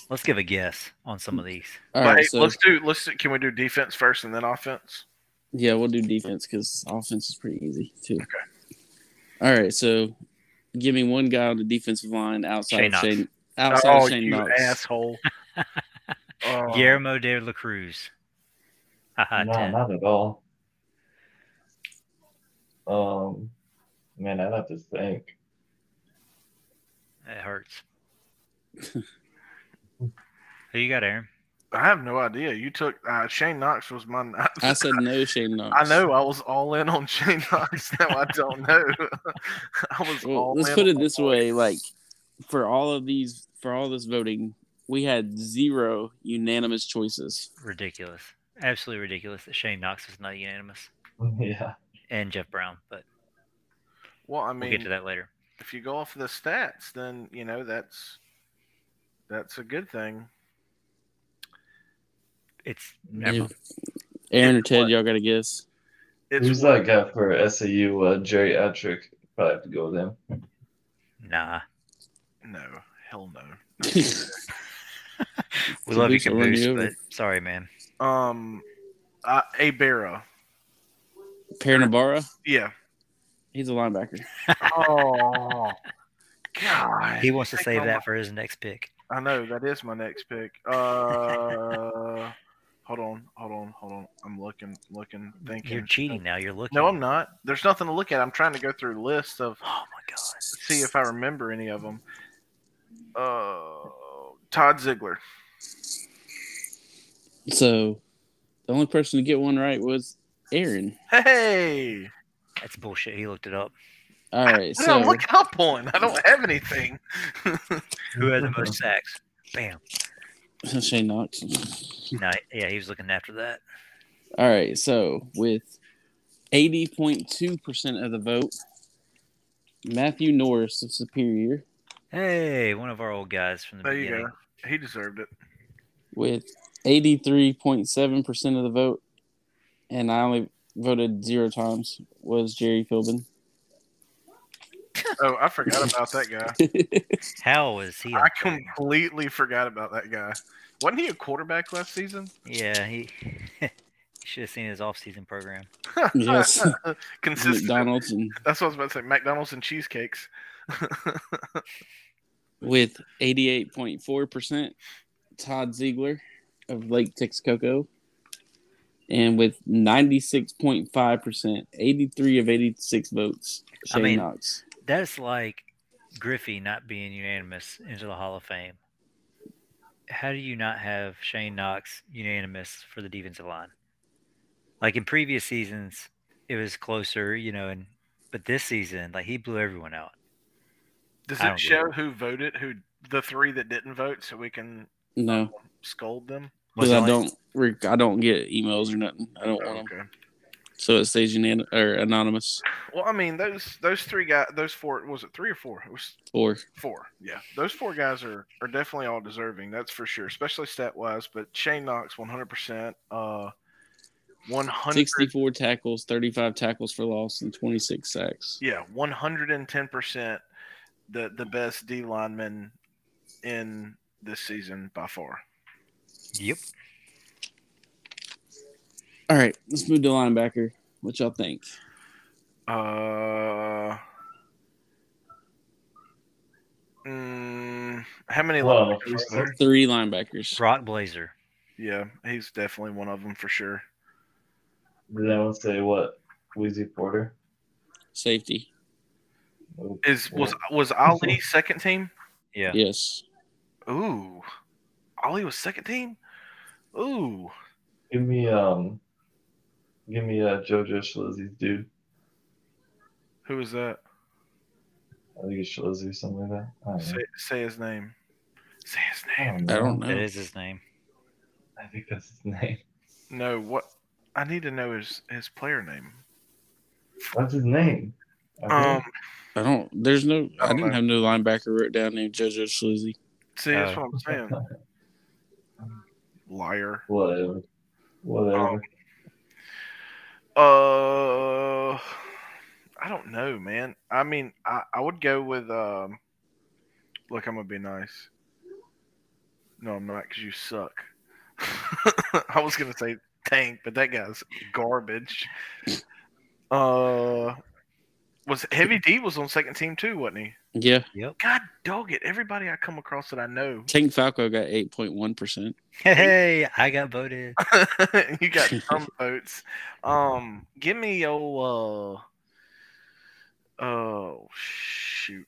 Let's give a guess on some of these. All But, right. hey, so, let's do. Let's do, can we do defense first and then offense? Yeah, we'll do defense because offense is pretty easy too. Okay. All right, so give me one guy on the defensive line outside Shane of Knox. Shane. Outside oh, of Shane you Knox. asshole! Uh, Oh, Guillermo de la Cruz. Haha, no, 10. not at all. Um, man, I'd have to think. It hurts. Who you got, Aaron? I have no idea. You took uh, Shane Knox was my. I said no, Shane Knox. I know. I was all in on Shane Knox. Now I don't know. I was Well, all. let's in put on it the this Oh, boy. way: like for all of these, for all this voting, we had zero unanimous choices. Ridiculous. Absolutely ridiculous that Shane Knox was not unanimous yeah. and Jeff Brown, but Well, I we'll mean, get to that later. if you go off the stats, then you know that's that's a good thing. It's never Yeah. Aaron or It's Ted, what? y'all got to guess. It's Who's that guy for SAU? Uh, geriatric. Probably have to go with him. nah. no, hell no. We So love you, Lisa, run you Caboose, over. but sorry, man. Um, uh, Abera. Paranabara, Yeah. he's a linebacker. Oh, God. He wants to Take save my that for his next pick. I know that is my next pick. Uh, hold on, hold on, hold on. I'm looking, looking, thinking. You're cheating now. You're looking. No, I'm not. There's nothing to look at. I'm trying to go through lists of Oh my god. see if I remember any of them. Uh, Todd Ziegler. So the only person to get one right was Aaron. Hey, That's bullshit. He looked it up. All right, I so don't look up on. I don't have anything. Who had the most sacks? Bam. Shane Knox. No, yeah, he was looking after that. All right, so with 80.2% of the vote, Matthew Norris of Superior Hey, one of our old guys from the There you beginning. go. He deserved it. with 83.7% of the vote, and I only voted zero times, was Jerry Philbin. Oh, I forgot about that guy. How was he? I up there? completely forgot about that guy. Wasn't he a quarterback last season? Yeah, he should have seen his off-season program. yes, Consistent. McDonald's, and That's what I was about to say. McDonald's and cheesecakes. with 88.4%, Todd Ziegler of Lake Texcoco. And with 96.5%, 83 of 86 votes, I Shane mean, Knox. That's like Griffey not being unanimous into the Hall of Fame. How do you not have Shane Knox unanimous for the defensive line? Like in previous seasons, it was closer, you know, and but this season, like he blew everyone out. Does I it don't get show who voted, who the three that didn't vote so we can No, scold them? Was because it I only- don't. re- I don't get emails or nothing. I don't want them, Oh, Okay. so it stays unan- or anonymous. Well, I mean those those three guys, those four was it three or four? It was Or four. Yeah, those four guys are are definitely all deserving. That's for sure, especially stat wise. But Shane Knox, one hundred percent. Uh, one hundred. sixty-four tackles, thirty-five tackles for loss, and twenty-six sacks. Yeah, one hundred and ten percent. The the best D lineman in this season by far. Yep. All right, let's move to linebacker. What y'all think? Uh. mm, how many Well, linebackers he's are there? Three linebackers. Brock Blazer. Yeah, he's definitely one of them for sure. Did anyone say what? Wheezy Porter? Safety. Is was was Ali second team? Yeah. Yes. Ooh, Ollie was second team. Ooh, Give me um, give me uh JoJo Schlizzy's dude. who is that? I think it's Schlizzy, something like that. I don't Say, know. say his name. Say his I name. don't know. I don't That know. is his name. I think that's his name. No, what? I need to know his his player name. What's his name? I Um, think- I don't. There's no. I, I don't didn't know. have no linebacker wrote down named JoJo Schlizzy. see, that's uh, what I'm saying. Liar. whatever. Whatever. Um, Uh, I don't know, man. I mean, I, I would go with um. Look, I'm gonna be nice. No, I'm not, because you suck. I was gonna say Tank, but that guy's garbage. Uh, was Heavy D was on second team too, wasn't he? Yeah, Yep. God dog it! Everybody I come across that I know, Tank Falco got eight point one percent. Hey, I got voted. you got some votes. Um, give me your. Uh, oh shoot!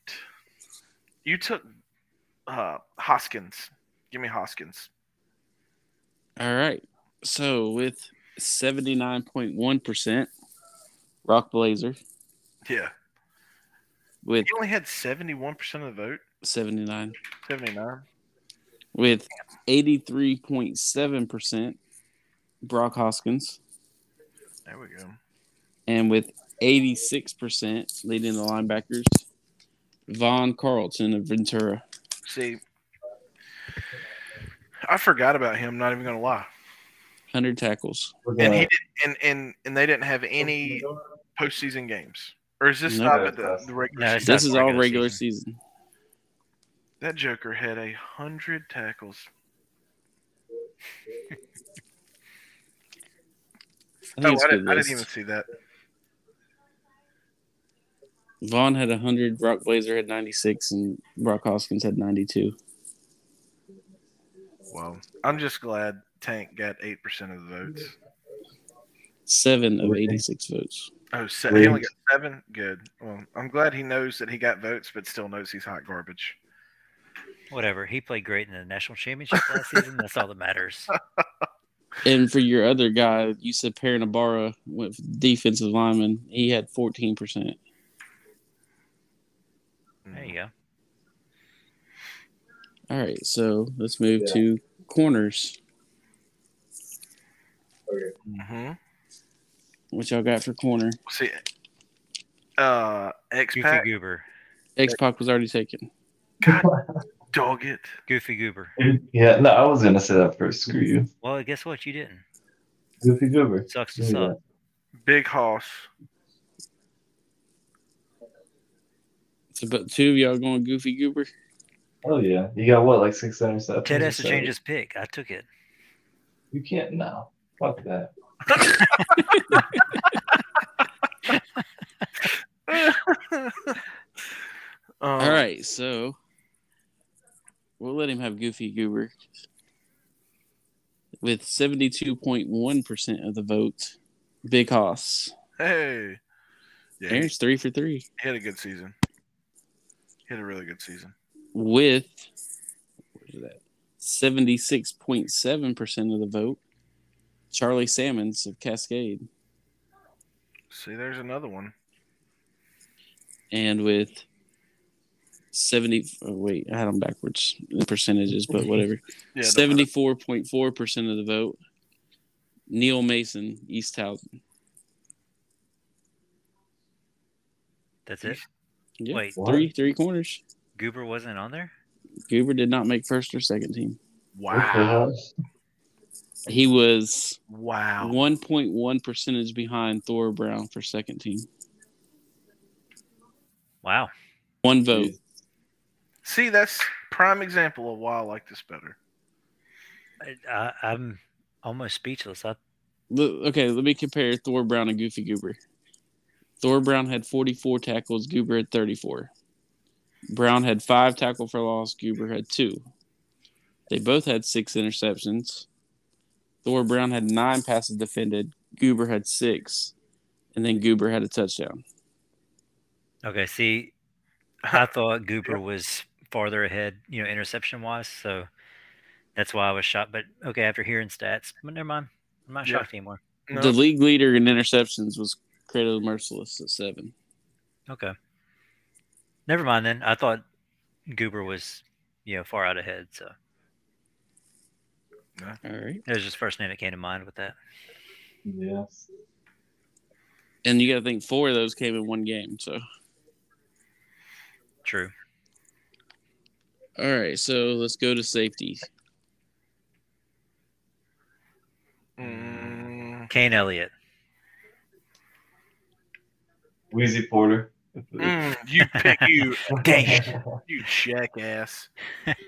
You took uh Hoskins. Give me Hoskins. All right. So with seventy nine point one percent, Rock Blazer Yeah, with he only had seventy-one percent of the vote. seventy nine Seventy-nine. with eighty three point seven percent, Brock Hoskins, There we go. and with eighty six percent leading the linebackers, Von Carlton of Ventura. See, I forgot about him. Not even gonna lie. 100 tackles. We're And he gonna- did, and and and they didn't have any postseason games. Or is this No. not at the, the regular No, season? It's This not is all regular regular season. season. That Joker had a hundred tackles. Oh, I I think it's a didn't, good I didn't list. even see that. Vaughn had 100, Brock Blazer had 96, and Brock Hoskins had 92. Wow. I'm just glad Tank got eight percent of the votes. Seven of Really? 86 votes. Oh, se- he only Please. got seven. Good. Well, I'm glad he knows that he got votes, but still knows he's hot garbage. Whatever. He played great in the national championship last season. That's all that matters. And for your other guy, you said Paranabara went for defensive lineman. He had 14%. There you go. All right, so let's move Yeah. to corners. Mm-hmm. What y'all got for corner? See, uh, X Goofy Pac, Goober. X Pac was already taken. dog it. Goofy Goober. Yeah, no, I was gonna say that first. Screw you, Well, guess what? You didn't. Goofy Goober. Sucks to Give me suck. that. Big Hoss. So, but two of y'all going Goofy Goober. Oh yeah, you got what, like six interceptions? Ted or has to seven? change his pick. I took it. You can't now. Fuck that. um, All right, so we'll let him have Goofy Goober with 72.1% of the vote. Big Hoss. Hey. Yeah, he Aaron's three for three he had a good season. He had a really good season. with where's that? Seventy-six point seven percent of the vote. Charlie Salmons of Cascade, See, there's another one. and with seventy. Oh, wait, I had them backwards in percentages, but whatever. Yeah, don't worry. Seventy-four point four percent of the vote. Neil Mason, East Houghton. That's it. Yeah, Wait. three three corners. Goober wasn't on there. Goober did not make first or second team. Wow. He was Wow. one point one percentage behind Thor Brown for second team. Wow. One vote. Yeah. See, that's prime example of why I like this better. I, I, I'm almost speechless. I, Look, okay, let me compare Thor Brown and Goofy Goober. Thor Brown had 44 tackles, Goober had 34. Brown had five tackle for loss, Goober had two. They both had six interceptions. Thor Brown had nine passes defended, Goober had six, and then Goober had a touchdown. okay. See, I thought Goober was farther ahead, you know, interception wise. So that's why I was shocked. But okay, after hearing stats, but never mind. I'm not Yeah. shocked anymore. No, The league leader in interceptions was Credo Merciless at seven. Okay. Never mind then. I thought Goober was, you know, far out ahead. So All right. it was just first name that came to mind with that. Yes. And you got to think four of those came in one game. So, True. all right. So let's go to safety. mm, Kane Elliott. Wheezy Porter. mm, you pick you, Dang. you jackass. you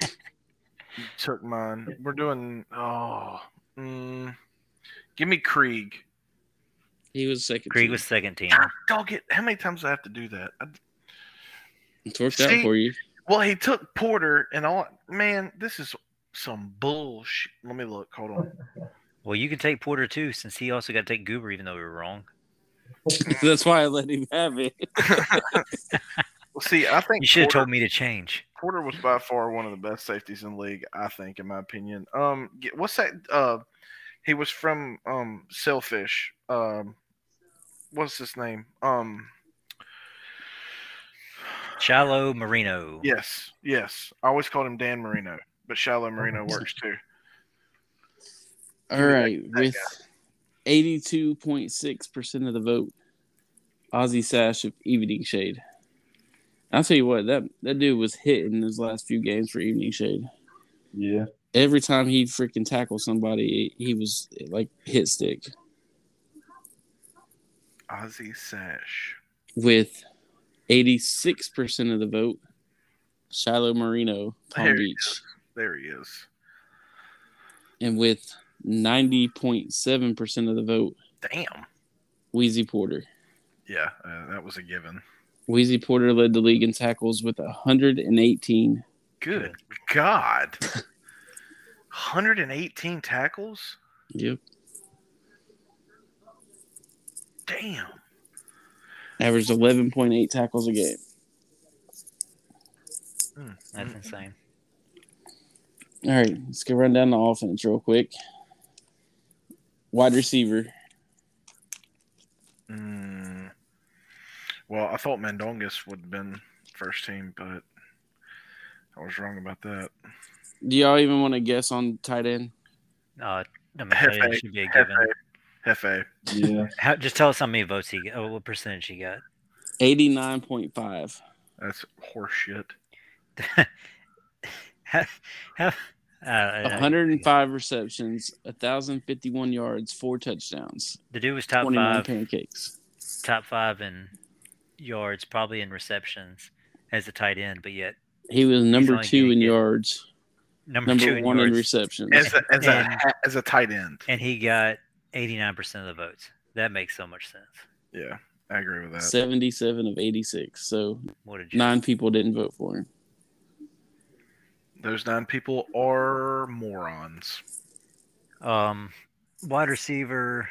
took mine. We're doing. Oh, mm, give me Krieg. He was second. Krieg team. was second team. God, dog it. How many times do I have to do that? I, It's worked See- out for you. well, he took Porter and all. Man, this is some bullshit. Let me look. Hold on. Well, you can take Porter too, since he also got to take Goober, even though we were wrong. That's why I let him have it. Well, see, I think You should have Porter- told me to change. Porter was by far one of the best safeties in the league, I think, in my opinion. Um, g- what's that? Uh, he was from um Selfish. Um, what's his name? Um, Shallow Marino. yes, yes. I always called him Dan Marino, but Shiloh Oh, Marino works too. All right, with eighty-two point six percent of the vote, Ozzy Sash of Evening Shade. I'll tell you what that that dude was hitting his last few games for Evening Shade. Yeah. Every time he freaking tackled somebody, he was like hit stick Ozzy Sash. with eighty-six percent of the vote. Shiloh Marino, Palm There he Beach, There he is. and with ninety point seven percent of the vote, Damn. Wheezy Porter. Yeah, uh, that was a given. Wheezy Porter led the league in tackles with 118. Good God. 118 tackles? Yep. Damn. Averaged 11.8 tackles a game. Mm, That's mm. insane. All right, let's go run down the offense real quick. Wide receiver. Mm. Well, I thought Mandongas would have been first team, but I was wrong about that. Do y'all even want to guess on tight end? Uh, I mean, it Hefe, should be a given. Hefe. Hefe. Yeah. How, just tell us how many votes he got. Oh, what percentage he got? 89.5. That's horseshit. how, how, uh, I- I- 105 receptions, 1,051 yards, four touchdowns, The dude was top 29 five, pancakes. top five in yards, probably in receptions as a tight end, but yet He was number only two gonna in get yards, number, two number in one in yards, receptions. As a, as a, And- ha- as a tight end. and he got eighty nine percent of the votes. That makes so much sense. Yeah, I agree with that. 77 of 86. So What a jerk. nine people didn't vote for him. Those nine people are morons. Um, wide receiver.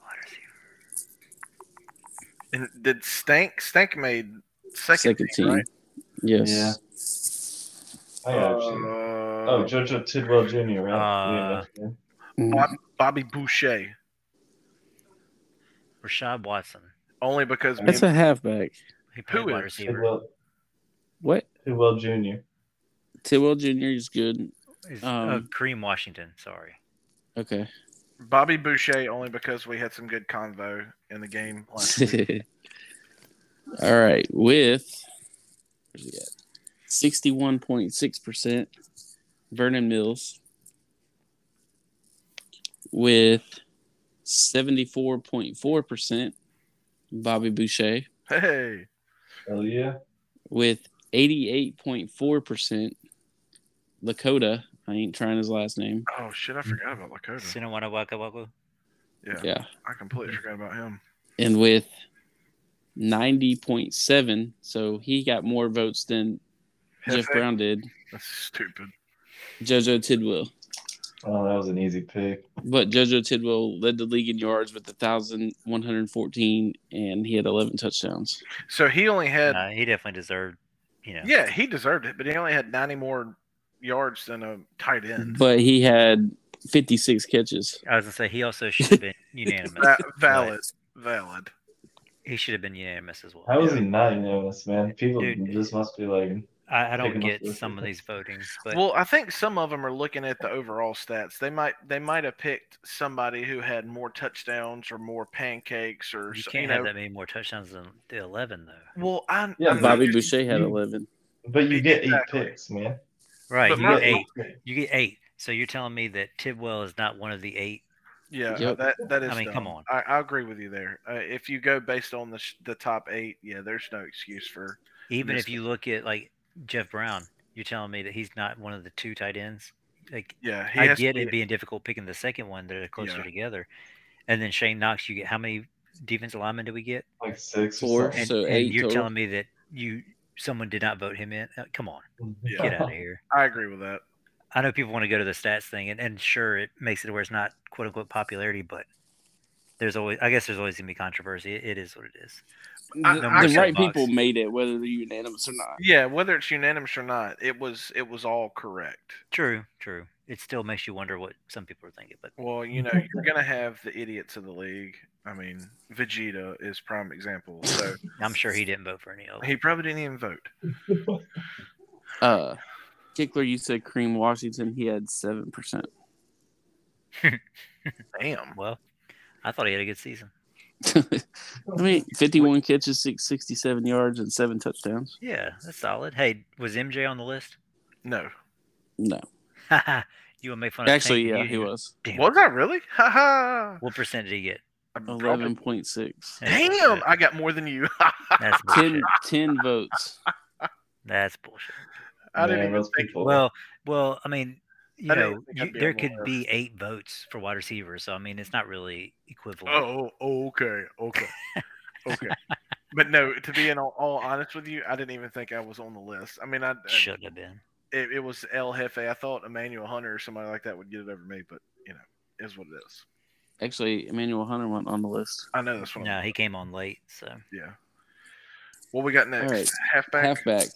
Wide receiver. And did Stank? Stank made second, second team. right? Yes. Yeah. I got you. Oh, Uh, Jojo Tidwell Jr. Right? Uh, yeah. Bob, Bobby Boucher. Rashad Watson. Only because me That's a halfback. He played Who wide is? receiver. Tidwell, What? Tidwell Jr. Tidwell Jr. is good. He's- uh, Um, Kareem Washington. Sorry. Okay. Bobby Boucher only because we had some good convo in the game last week. All right. With where's he at? Sixty-one point six percent. Vernon Mills with seventy-four point four percent. Bobby Boucher Hey, Hell yeah. with eighty-eight point four percent. Lakota. I ain't trying his last name. oh shit, I forgot about Lakota. Sinawana Waka Waka. Yeah, Yeah. I completely forgot about him. and with 90.7 so he got more votes than jeff Hefe, brown did That's stupid. jojo tidwell Oh, that was an easy pick. but jojo tidwell led the league in yards with 1114 and he had 11 touchdowns So he only had Nah, he definitely deserved. You know. yeah, he deserved it, but he only had 90 more yards than a tight end. but he had 56 catches I was gonna say he also should have been unanimous. Va- valid, valid. He should have been unanimous as well. How is he not unanimous, man? People Dude. just must be like, I, I don't Taking off get the- some of these votings, but Well, I think some of them are looking at the overall stats. They might they might have picked somebody who had more touchdowns or more pancakes or you so- can't know. have that many more touchdowns than the eleven, though. Well, I Yeah, I know- bobby boucher had you- 11 but you get Exactly. eight picks, man. Right? But You my- get eight. You get eight. So you're telling me that Tidwell is not one of the eight? Yeah, Yep. that that is. I mean, come dumb. on. I, I agree with you there. Uh, if you go based on the sh- the top eight, yeah, there's no excuse for. Even if Missed you look at like Jeff Brown, you're telling me that he's not one of the two tight ends. Like Yeah, I has to get be- it being difficult picking the second one; they're closer Yeah. together. And then Shane Knox, you get how many defensive linemen do we get? Like six Four. or And, something. So and eight you're total. telling me that you someone did not vote him in? Uh, Come on, Yeah. get out of here. I agree with that. I know people want to go to the stats thing, and, and sure, it makes it where it's not quote unquote popularity, but there's always, I guess, there's always gonna be controversy. It, it is what it is. I- the, I the said right Bucks. people made it whether they're unanimous or not Yeah, whether it's unanimous or not, it was it was all correct. True, true. It still makes you wonder what some people are thinking, but Well, you know, you're gonna have the idiots of the league. I mean, Vegeta is prime example. So I'm sure he didn't vote for any of them. he probably didn't even vote. uh kickler you said cream washington he had 7% Damn. Well, I thought he had a good season. i mean 51 catches six- 67 yards and seven touchdowns Yeah, that's solid. Hey, was MJ on the list? No. no you want to make fun of actually Tank and yeah you- he was Damn. Was I really? Ha ha. What percent did he get? I'm probably- Eleven point six. Damn, I got more than you. I That's Ten, bullshit. ten votes. That's bullshit. didn't Man, even those think. people. Well, well, I mean, you I didn't know, think I'd you, be there able could to- be eight votes for wide receivers, so I mean, it's not really equivalent. Oh, oh, okay, okay, okay. But no, to be in all, all honest with you, I didn't even think I was on the list. I mean, I Shouldn't have been. it, it was El Jefe. I thought Emmanuel Hunter or somebody like that would get it over me, but you know, it is what it is. Actually, Emmanuel Hunter went on the list. I know this one. No, he came on late, so Yeah. What we got next? All right. Halfback. Halfback.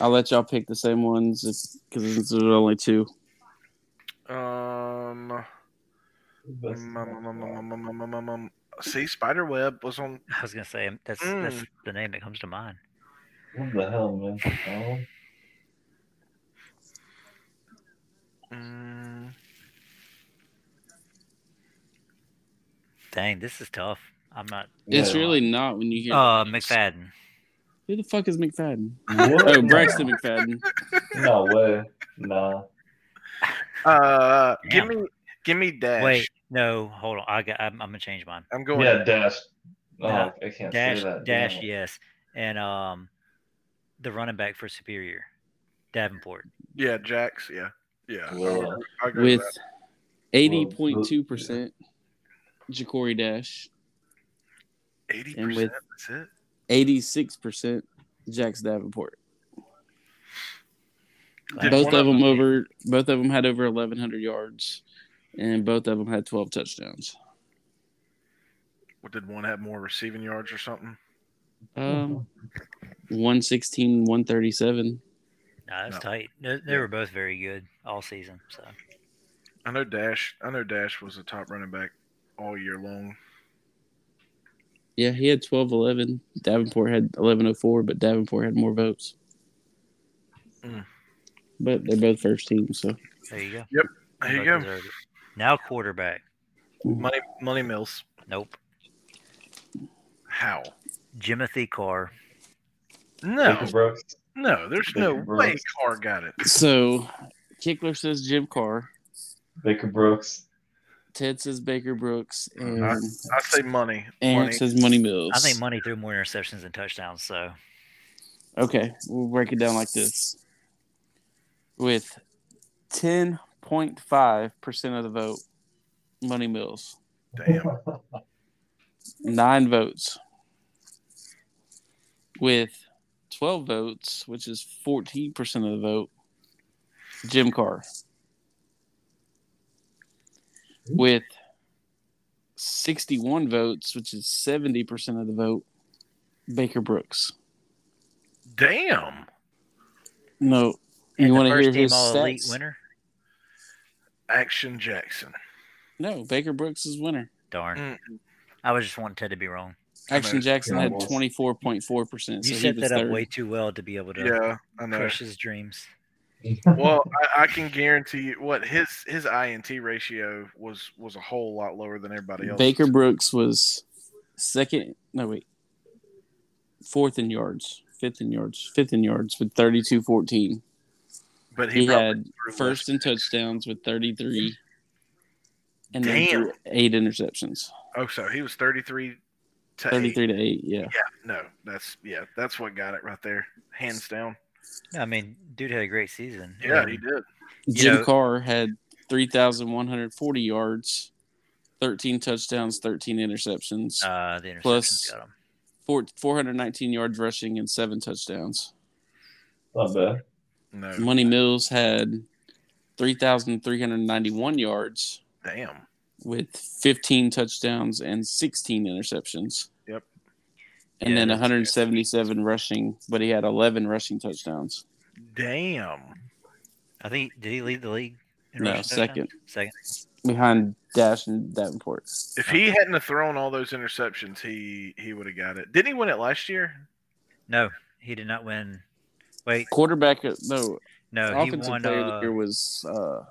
I'll let y'all pick the same ones because there's only two. Um. Best um, um, um, um, of um, um, um, um, um. See, Spiderweb was on. I was gonna say um, that's Hmm. that's the name that comes to mind. What the hell, man? Oh, Mm, Dang, this is tough. I'm not. It's yeah. really not when you hear. Uh, McFadden. Who the fuck is McFadden? What? Oh, Braxton McFadden. No way. Nah. uh, give Damn. me, give me Dash. Wait, no, hold on. I got. I'm, I'm gonna change mine. I'm going. yeah, Dash. Oh, Nah, I can't Dash, say that. dash, damn it. yes, and um, the running back for Superior, Davenport. Yeah, Jax. Yeah, yeah. Well, I agree with with that. eighty point two percent. Ja'Cory Dash, eighty and with- percent. That's it. eighty six percent. Jax Davenport. Did both one of of them over. Both of them had over eleven hundred yards, and both of them had twelve touchdowns. What did one have more receiving yards or something? Um, 116, 137. Nah, that's No. tight. They, they Yeah. were both very good all season. So I know Dash. I know Dash was the top running back all year long. Yeah, he had 12 11. Davenport had 1104, but Davenport had more votes. Mm. But they're both first team, so There you go. There you Both go. deserved it. Now quarterback. Money, money mills. Nope. How? Jimothy Carr. No, Jacob Brooks. no. There's no Baker way Brooks. Carr got it. so Kickler says Jim Carr, Baker Brooks. Ted says Baker Brooks, and I, I say money. Aaron Money. says Money Mills. Uh-huh. I think Money threw more interceptions than touchdowns, so Okay, we'll break it down like this. With 10.5% of the vote, Money Mills. Damn. Nine votes. With 12 votes, which is 14% of the vote, Jim Carr. With 61 votes, which is 70% of the vote, Baker Brooks. Damn. No, you And the want to first hear team his all elite stats? winner? Action Jackson. No, Baker Brooks is winner. Darn. Mm. I was just wanting Ted to be wrong. Action know. Jackson had Cowboys. twenty four point four percent. So You he set was that up third. way too well to be able to Yeah, I know. crush his dreams. well, I, I can guarantee you what his his INT ratio was was a whole lot lower than everybody else. Baker Brooks was second. No wait, fourth in yards, fifth in yards, fifth in yards with 32-14. but He, he, probably had threw less. first in touchdowns with thirty three, and then Damn. threw eight interceptions, Oh, so he was thirty three. To thirty 33. three to eight. Yeah, No, that's yeah, that's what got it right there, hands down. I mean, dude had a great season. Yeah, Um, he did. Jim know- Carr had three thousand one hundred forty yards, thirteen touchdowns, thirteen interceptions. Uh, the interceptions Plus- got him. four, 419 yards rushing and seven touchdowns. Not bad. No, Money Mills had 3,391 yards damn. with 15 touchdowns and 16 interceptions. Yep. And Yeah, then that's 177 rushing, but he had 11 rushing touchdowns. Damn. I think did he lead the league? in No, rushing touchdowns? second. Second. Behind Dash and Davenport. If he hadn't have thrown all those interceptions, he he would have got it. Didn't he win it last year? No, he did not win. Wait, Quarterback, uh, no, no, he offensive won. player of the Uh, year was, uh,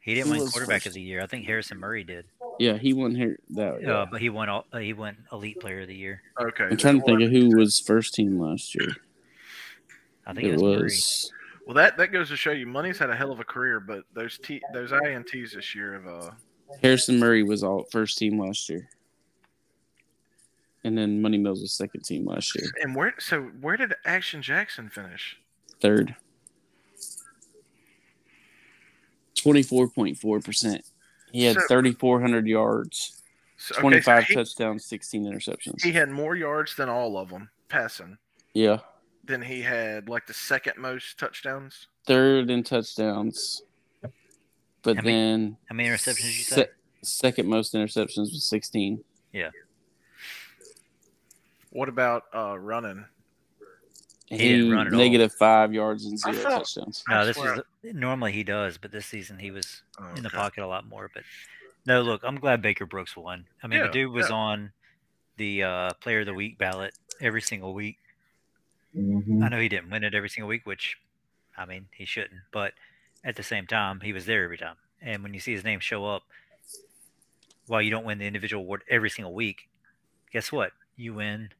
he didn't who win was quarterback first? of the year. I think Harrison Murray did. yeah, he won here. That, yeah. Uh, but he won. All, uh, he won elite player of the year. Okay. I'm trying to think of who was first team last year. I think it, It was, Murray. was. Well, that that goes to show you, money's had a hell of a career, but those t those ints this year have uh Harrison Murray was all first team last year. And then Money Mills was second team last year. and where so where did Action Jackson finish? Third. 24.4%. He had So- 3,400 yards, So, okay, so 25 he- touchdowns, 16 interceptions. he had more yards than all of them passing. yeah. Then he had like the second most touchdowns. Third in touchdowns. But How many- then How many interceptions you se- said? second most interceptions was 16. What about uh running? He, didn't run at all. negative five yards and I zero thought- touchdowns. No, I this swear was normally he does, but this season he was Oh, in the okay. pocket a lot more. But no, look, I'm glad Baker Brooks won. I mean, Yeah, the dude was yeah. on the uh, Player of the Week ballot every single week. Mhm. I know he didn't win it every single week, which I mean he shouldn't, but at the same time he was there every time. And when you see his name show up, while you don't win the individual award every single week, guess what? You win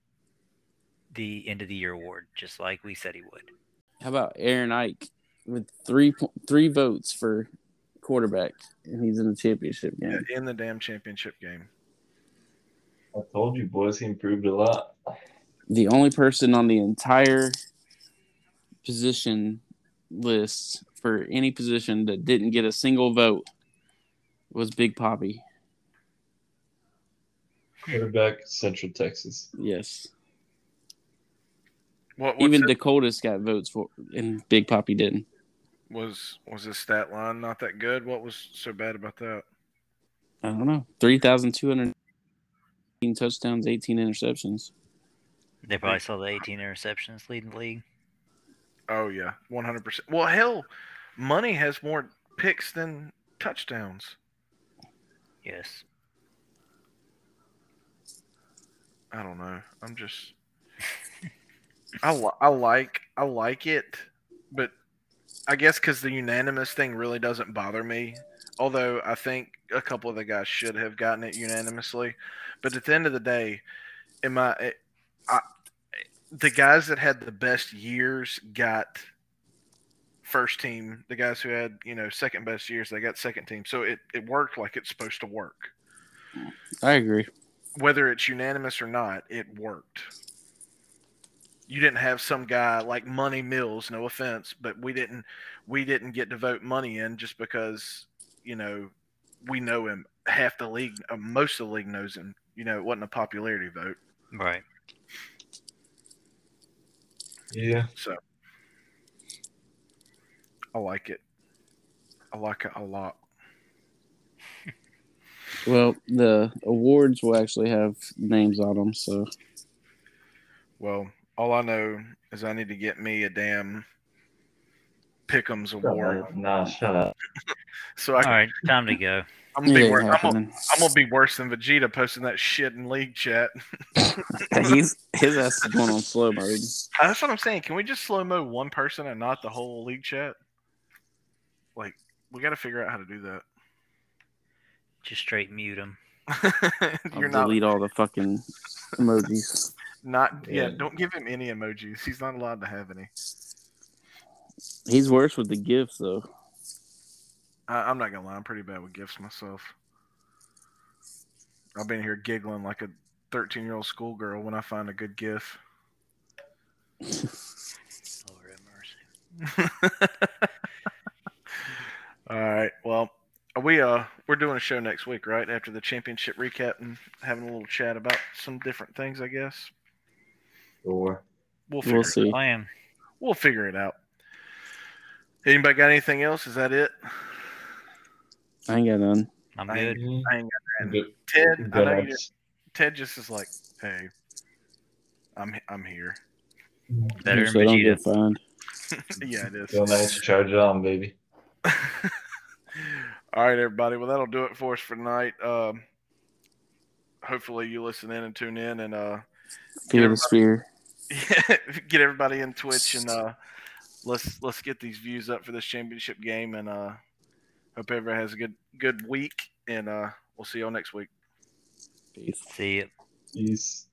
the end of the year award, just like we said he would. How about Aaron Ike with three po- three votes for quarterback, and he's in the championship game. Yeah, in the damn championship game. I told you, boys, he improved a lot. The only person on the entire position list for any position that didn't get a single vote was Big Poppy. Quarterback, Central Texas. Yes, What even even Dakota's got votes for, and Big Poppy didn't. was was his stat line not that good? What was so bad about that? I don't know. Three thousand two hundred touchdowns, eighteen interceptions. They probably saw the 18 interceptions leading the league. Oh yeah, one hundred percent. Well, hell, money has more picks than touchdowns. Yes. I don't know. I'm just I li- I like I like it, but I guess because the unanimous thing really doesn't bother me. Although I think a couple of the guys should have gotten it unanimously, but at the end of the day, am I? I, I the guys that had the best years got first team. The guys who had you know second best years, they got second team. So it it worked like it's supposed to work. I agree. Whether it's unanimous or not, it worked you didn't have some guy like Money Mills, no offense, but we didn't we didn't get to vote Money in just because you know we know him. Half the league, uh, most of the league knows him. You know, it wasn't a popularity vote. Right. Yeah. So I like it. I like it a lot. Well, the awards will actually have names on them, so Well, all I know is I need to get me a damn Pickums award, Nah, shut up. so I All can, right, time to go. I'm it gonna be ain't wor- I'm, gonna, happening. I'm gonna be worse than Vegeta posting that shit in league chat. He's his ass is going on slow mode. Uh, That's what I'm saying. Can we just slow mo one person and not the whole league chat? Like, we got to figure out how to do Just straight mute him. that. I'll You're not delete all the fucking emojis. not yeah. Yeah. Don't give him any emojis. He's not allowed to have any. He's worse with the gifts though. I, I'm not gonna lie. I'm pretty bad with gifts myself. I've been here giggling like a 13 year old schoolgirl when I find a good gif. Lord have mercy. All right. Well, we uh we're doing a show next week, right? After the championship recap and having a little chat about some different things, I guess. Sure. We'll figure We'll it see. Plan. we'll figure it out. Anybody got anything else? Is that it? I ain't got none. I'm I- good. Good- Ted, I good know you ups. Ted just is like, hey, I'm I'm here. Better So I than don't get Vegeta. fined. yeah, it is. Feel nice to charge it on, baby. All right, everybody. Well, that'll do it for us for tonight. Um, hopefully, you listen in and tune in, and uh, Fear Yeah. the spear. get everybody in Twitch, and uh, let's let's get these views up for this championship game, and uh, hope everybody has a good good week, and uh, we'll see y'all next week. Peace. See ya. Peace.